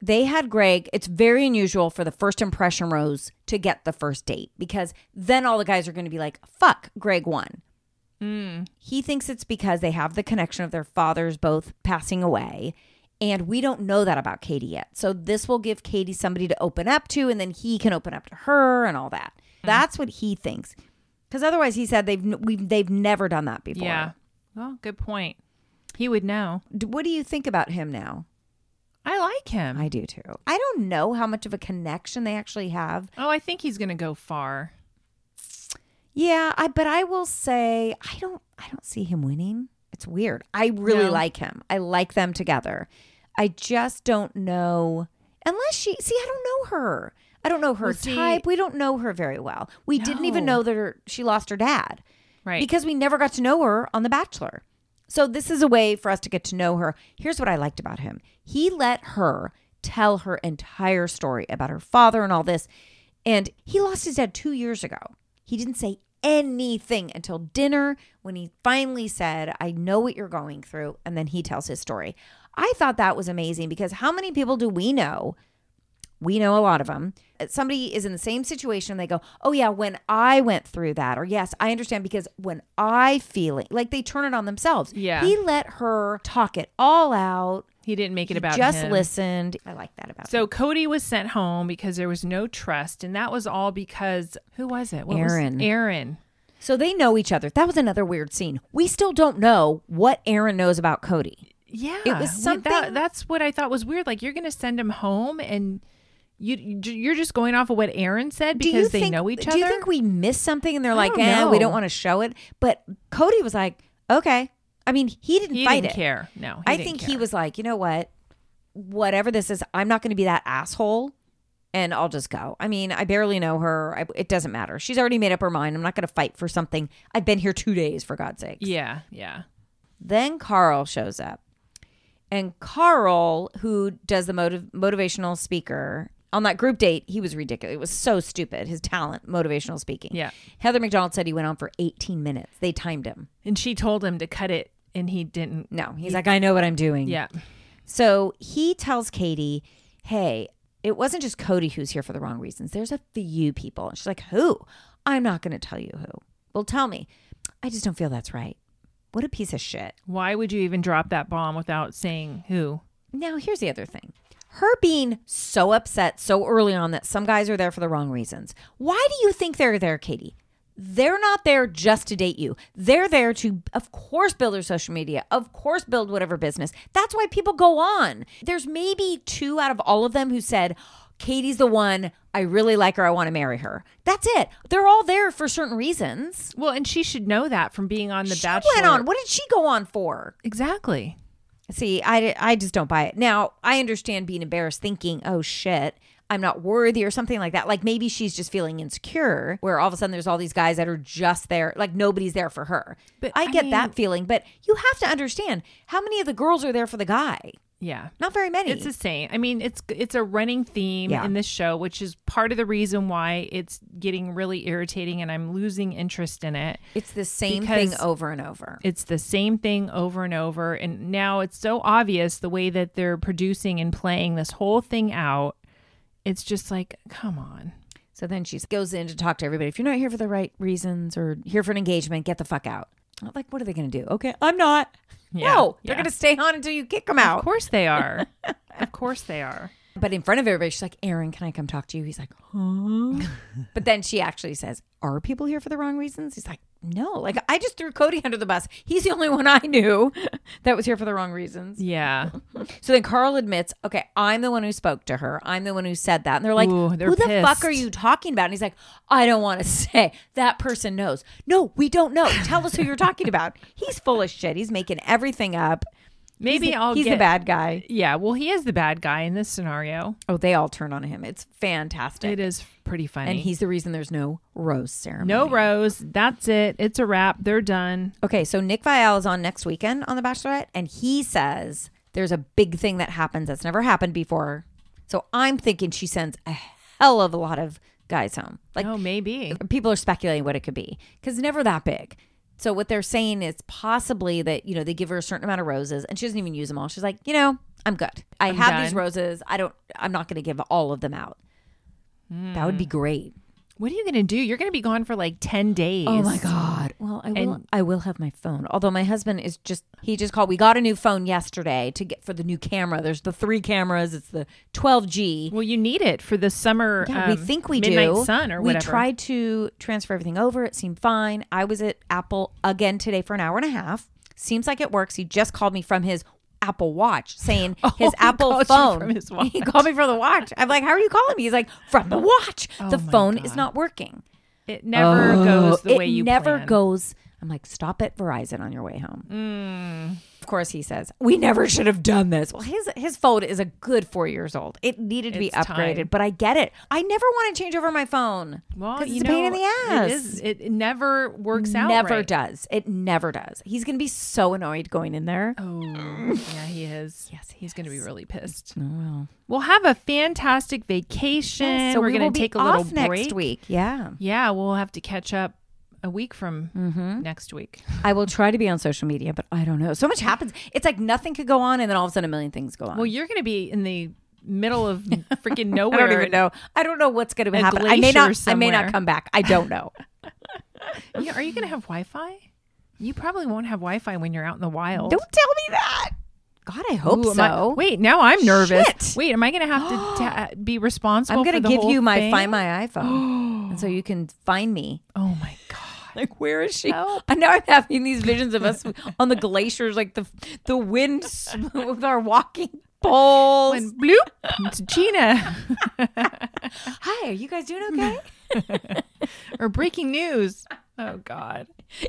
Speaker 3: they had Greg. It's very unusual for the first impression rose to get the first date because then all the guys are going to be like, fuck, Greg won. He thinks it's because they have the connection of their fathers both passing away. And we don't know that about Katie yet. So this will give Katie somebody to open up to, and then he can open up to her and all that. That's what he thinks. Because otherwise, he said they've we've, they've never done that before.
Speaker 2: yeah." Well, good point. He would know.
Speaker 3: D- What do you think about him now?
Speaker 2: I like him.
Speaker 3: I do too. I don't know how much of a connection they actually have.
Speaker 2: oh, I think he's gonna go far.
Speaker 3: Yeah, I but I will say I don't I don't see him winning. It's weird. I really
Speaker 2: No.
Speaker 3: like him. I like them together. I just don't know unless she see I don't know her. I don't know her
Speaker 2: Well, see-
Speaker 3: type. We don't know her very well. We didn't even
Speaker 2: No.
Speaker 3: know that her, she lost her dad.
Speaker 2: Right.
Speaker 3: Because we never got to know her on The Bachelor. So this is a way for us to get to know her. Here's what I liked about him. He let her tell her entire story about her father and all this. And he lost his dad 2 years ago. He didn't say anything until dinner when he finally said, "I know what you're going through." And then he tells his story. I thought that was amazing because how many people do we know we know a lot of them. Somebody is in the same situation. They go, Oh, yeah, when I went through that, or yes, I understand because when I feel it, like they turn it on themselves.
Speaker 2: Yeah.
Speaker 3: He let her talk it all out.
Speaker 2: he didn't make it
Speaker 3: He
Speaker 2: about
Speaker 3: just
Speaker 2: him.
Speaker 3: listened. I like that about
Speaker 2: So Cody was sent home because there was no trust, and that was all because who was it? What was-
Speaker 3: Aaron.
Speaker 2: Aaron.
Speaker 3: him. So they know each other. That was another weird scene. We still don't know what Aaron knows about Cody.
Speaker 2: Yeah,
Speaker 3: It was
Speaker 2: Wait,
Speaker 3: something-
Speaker 2: That, that's what I thought was weird. Like you're going to send him home, and you you're just going off of what Aaron said
Speaker 3: Do you
Speaker 2: because they
Speaker 3: think-
Speaker 2: know each
Speaker 3: Do
Speaker 2: other.
Speaker 3: you think we missed something and they're like,
Speaker 2: don't
Speaker 3: eh, we
Speaker 2: know.
Speaker 3: don't want to show it? But Cody was like, Okay. I mean, he didn't
Speaker 2: he
Speaker 3: fight
Speaker 2: didn't
Speaker 3: it.
Speaker 2: care? No, he
Speaker 3: I
Speaker 2: didn't
Speaker 3: think
Speaker 2: care.
Speaker 3: he was like, you know what? Whatever this is, I'm not going to be that asshole and I'll just go. I mean, I barely know her. I, it doesn't matter. She's already made up her mind. I'm not going to fight for something. I've been here two days, for God's sake.
Speaker 2: Yeah, yeah.
Speaker 3: Then Carl shows up. And Carl, who does the motiv- motivational speaker on that group date, he was ridiculous. It was so stupid. His talent, motivational speaking.
Speaker 2: Yeah.
Speaker 3: Heather McDonald said he went on for 18 minutes. They timed him.
Speaker 2: And she told him to cut it, and he didn't.
Speaker 3: No, he's like, I know what I'm doing.
Speaker 2: Yeah,
Speaker 3: So he tells Katie, hey, it wasn't just Cody who's here for the wrong reasons. There's a few people. And she's like, who? I'm not going to tell you who. Well, tell me. I just don't feel that's right. What a piece of shit.
Speaker 2: why would you even drop that bomb without saying who?
Speaker 3: Now, here's the other thing her being so upset so early on that some guys are there for the wrong reasons. Why do you think they're there, Katie? They're not there just to date you. They're there to, of course, build their social media, of course, build whatever business. That's why people go on. There's maybe two out of all of them who said, Katie's the one, I really like her, I want to marry her. That's it. They're all there for certain reasons.
Speaker 2: Well, and she should know that from being on the
Speaker 3: She
Speaker 2: Bachelor.
Speaker 3: went on. What did she go on for?
Speaker 2: Exactly.
Speaker 3: See, I, I just don't buy it. Now, I understand being embarrassed, thinking, oh shit, I'm not worthy or something like that. Like maybe she's just feeling insecure, where all of a sudden there's all these guys that are just there, like nobody's there for her. But
Speaker 2: But,
Speaker 3: I
Speaker 2: I
Speaker 3: get
Speaker 2: mean-
Speaker 3: that feeling, but you have to understand how many of the girls are there for the guy?
Speaker 2: Yeah.
Speaker 3: Not very many.
Speaker 2: It's the same. I mean, it's it's a running theme
Speaker 3: Yeah.
Speaker 2: in this show, which is part of the reason why it's getting really irritating and I'm losing interest in it.
Speaker 3: it's the same
Speaker 2: because-
Speaker 3: thing over and over.
Speaker 2: It's the same thing over and over and now it's so obvious the way that they're producing and playing this whole thing out. It's just like, come on.
Speaker 3: So then she goes in to talk to everybody. If you're not here for the right reasons or here for an engagement, get the fuck out. I'm like, what are they going to do? Okay, I'm not.
Speaker 2: Yeah,
Speaker 3: no, they're
Speaker 2: yeah.
Speaker 3: going to stay on until you kick them out.
Speaker 2: Of course they are. of course they are.
Speaker 3: But in front of everybody, she's like, Aaron, can I come talk to you? He's like, huh? but then she actually says, Are people here for the wrong reasons? He's like, No. Like, I just threw Cody under the bus. He's the only one I knew that was here for the wrong reasons.
Speaker 2: Yeah.
Speaker 3: So then Carl admits, Okay, I'm the one who spoke to her. I'm the one who said that. And they're like,
Speaker 2: Ooh, they're
Speaker 3: Who the fuck
Speaker 2: pissed.
Speaker 3: are you talking about? And he's like, I don't want to say. That person knows. No, we don't know. Tell us who you're talking about. He's full of shit. He's making everything up.
Speaker 2: Maybe
Speaker 3: he's, the-
Speaker 2: I'll
Speaker 3: he's
Speaker 2: get
Speaker 3: the bad guy.
Speaker 2: Yeah, well, he is the bad guy in this scenario.
Speaker 3: Oh, they all turn on him. It's fantastic.
Speaker 2: It is pretty funny.
Speaker 3: and he's the reason there's no rose ceremony.
Speaker 2: no rose. That's it. It's a wrap. They're done.
Speaker 3: Okay, so Nick Vial is on next weekend on The Bachelorette, and he says there's a big thing that happens that's never happened before. So I'm thinking she sends a hell of a lot of guys home. Like
Speaker 2: Oh, maybe.
Speaker 3: people are speculating what it could be because never that big. So what they're saying is possibly that you know they give her a certain amount of roses and she doesn't even use them all. She's like, you know, I'm good. I have these
Speaker 2: done.
Speaker 3: roses. I don't. I'm not going to give all of them out. That
Speaker 2: Hmm.
Speaker 3: would be great.
Speaker 2: What are you going to do? You're going to be gone for like 10 days.
Speaker 3: Oh my god. Well, I will I will have my phone. Although my husband is just he just called. We got a new phone yesterday to get for the new camera. There's the 3 cameras. It's the 12G.
Speaker 2: Well, you need it for the summer.
Speaker 3: Yeah, we
Speaker 2: um,
Speaker 3: think we
Speaker 2: Midnight
Speaker 3: do.
Speaker 2: Sun or
Speaker 3: we
Speaker 2: whatever.
Speaker 3: tried to transfer everything over. It seemed fine. I was at Apple again today for an hour and a half. Seems like it works. He just called me from his Apple Watch saying his
Speaker 2: Oh, he
Speaker 3: Apple
Speaker 2: called you
Speaker 3: phone.
Speaker 2: from his watch.
Speaker 3: He called me from the watch. I'm like, how are you calling me? He's like, from the watch. the
Speaker 2: Oh my
Speaker 3: phone
Speaker 2: God.
Speaker 3: is not working.
Speaker 2: It never goes the
Speaker 3: Oh, it
Speaker 2: way you
Speaker 3: never
Speaker 2: plan.
Speaker 3: goes. I'm like, stop at Verizon on your way home.
Speaker 2: Mm.
Speaker 3: Of course, he says we never should have done this. Well, his his phone is a good four years old. It needed to be
Speaker 2: It's
Speaker 3: upgraded,
Speaker 2: time.
Speaker 3: but I get it. I never want to change over my phone.
Speaker 2: Well,
Speaker 3: 'cause
Speaker 2: you
Speaker 3: it's
Speaker 2: know,
Speaker 3: a pain in the ass.
Speaker 2: It, is, it it never works out.
Speaker 3: never
Speaker 2: right.
Speaker 3: does. It never does. He's gonna be so annoyed going in there.
Speaker 2: Oh, yeah, he is.
Speaker 3: Yes, he Oh,
Speaker 2: he's going to be really pissed.
Speaker 3: well.
Speaker 2: We'll have a fantastic vacation.
Speaker 3: so
Speaker 2: We're
Speaker 3: we
Speaker 2: going
Speaker 3: will
Speaker 2: to
Speaker 3: be
Speaker 2: take a little
Speaker 3: off next
Speaker 2: break.
Speaker 3: week. Yeah,
Speaker 2: Yeah, we'll have to catch up a week from
Speaker 3: Mm-hmm.
Speaker 2: next week.
Speaker 3: I will try to be on social media, but I don't know. So much happens. It's like nothing could go on, and then all of a sudden, a million things go on.
Speaker 2: Well, you're going to be in the middle of freaking
Speaker 3: I
Speaker 2: nowhere.
Speaker 3: don't even know. I don't know what's going to
Speaker 2: A
Speaker 3: happen. I may
Speaker 2: glacier
Speaker 3: not. I may
Speaker 2: somewhere.
Speaker 3: not come back. I don't know.
Speaker 2: Yeah, are you going to have Wi-Fi? You probably won't have Wi-Fi when you're out in the wild.
Speaker 3: don't tell me that. God, I hope
Speaker 2: Ooh, am
Speaker 3: so.
Speaker 2: I- wait, now I'm nervous.
Speaker 3: Shit.
Speaker 2: Wait, am I going to have to ta- be responsible?
Speaker 3: I'm
Speaker 2: going to
Speaker 3: give you my
Speaker 2: thing?
Speaker 3: find my iPhone, and so you can find me.
Speaker 2: Oh my god!
Speaker 3: Like, where is she? I know I'm having these visions of us on the glaciers, like the the wind s- with our walking poles.
Speaker 2: And bloop, it's Gina.
Speaker 3: Hi, are you guys doing okay?
Speaker 2: or breaking news. Oh god.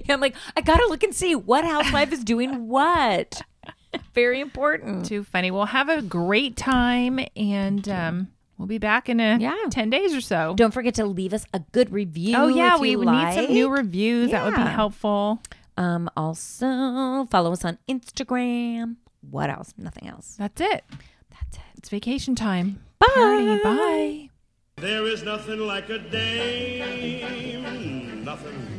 Speaker 3: I'm like, I gotta look and see what housewife is doing what. Very important.
Speaker 2: Too funny. Well, have a great time, and um, we'll be back in a
Speaker 3: Yeah.
Speaker 2: ten days or so.
Speaker 3: Don't forget to leave us a good review.
Speaker 2: oh yeah,
Speaker 3: if
Speaker 2: we
Speaker 3: you
Speaker 2: would need
Speaker 3: like.
Speaker 2: some new reviews. That would be
Speaker 3: Yeah.
Speaker 2: helpful.
Speaker 3: Um, also follow us on Instagram. What else? Nothing else.
Speaker 2: That's it.
Speaker 3: That's it.
Speaker 2: It's vacation time.
Speaker 3: Bye.
Speaker 2: Party. Bye.
Speaker 4: There is nothing like a dame, nothing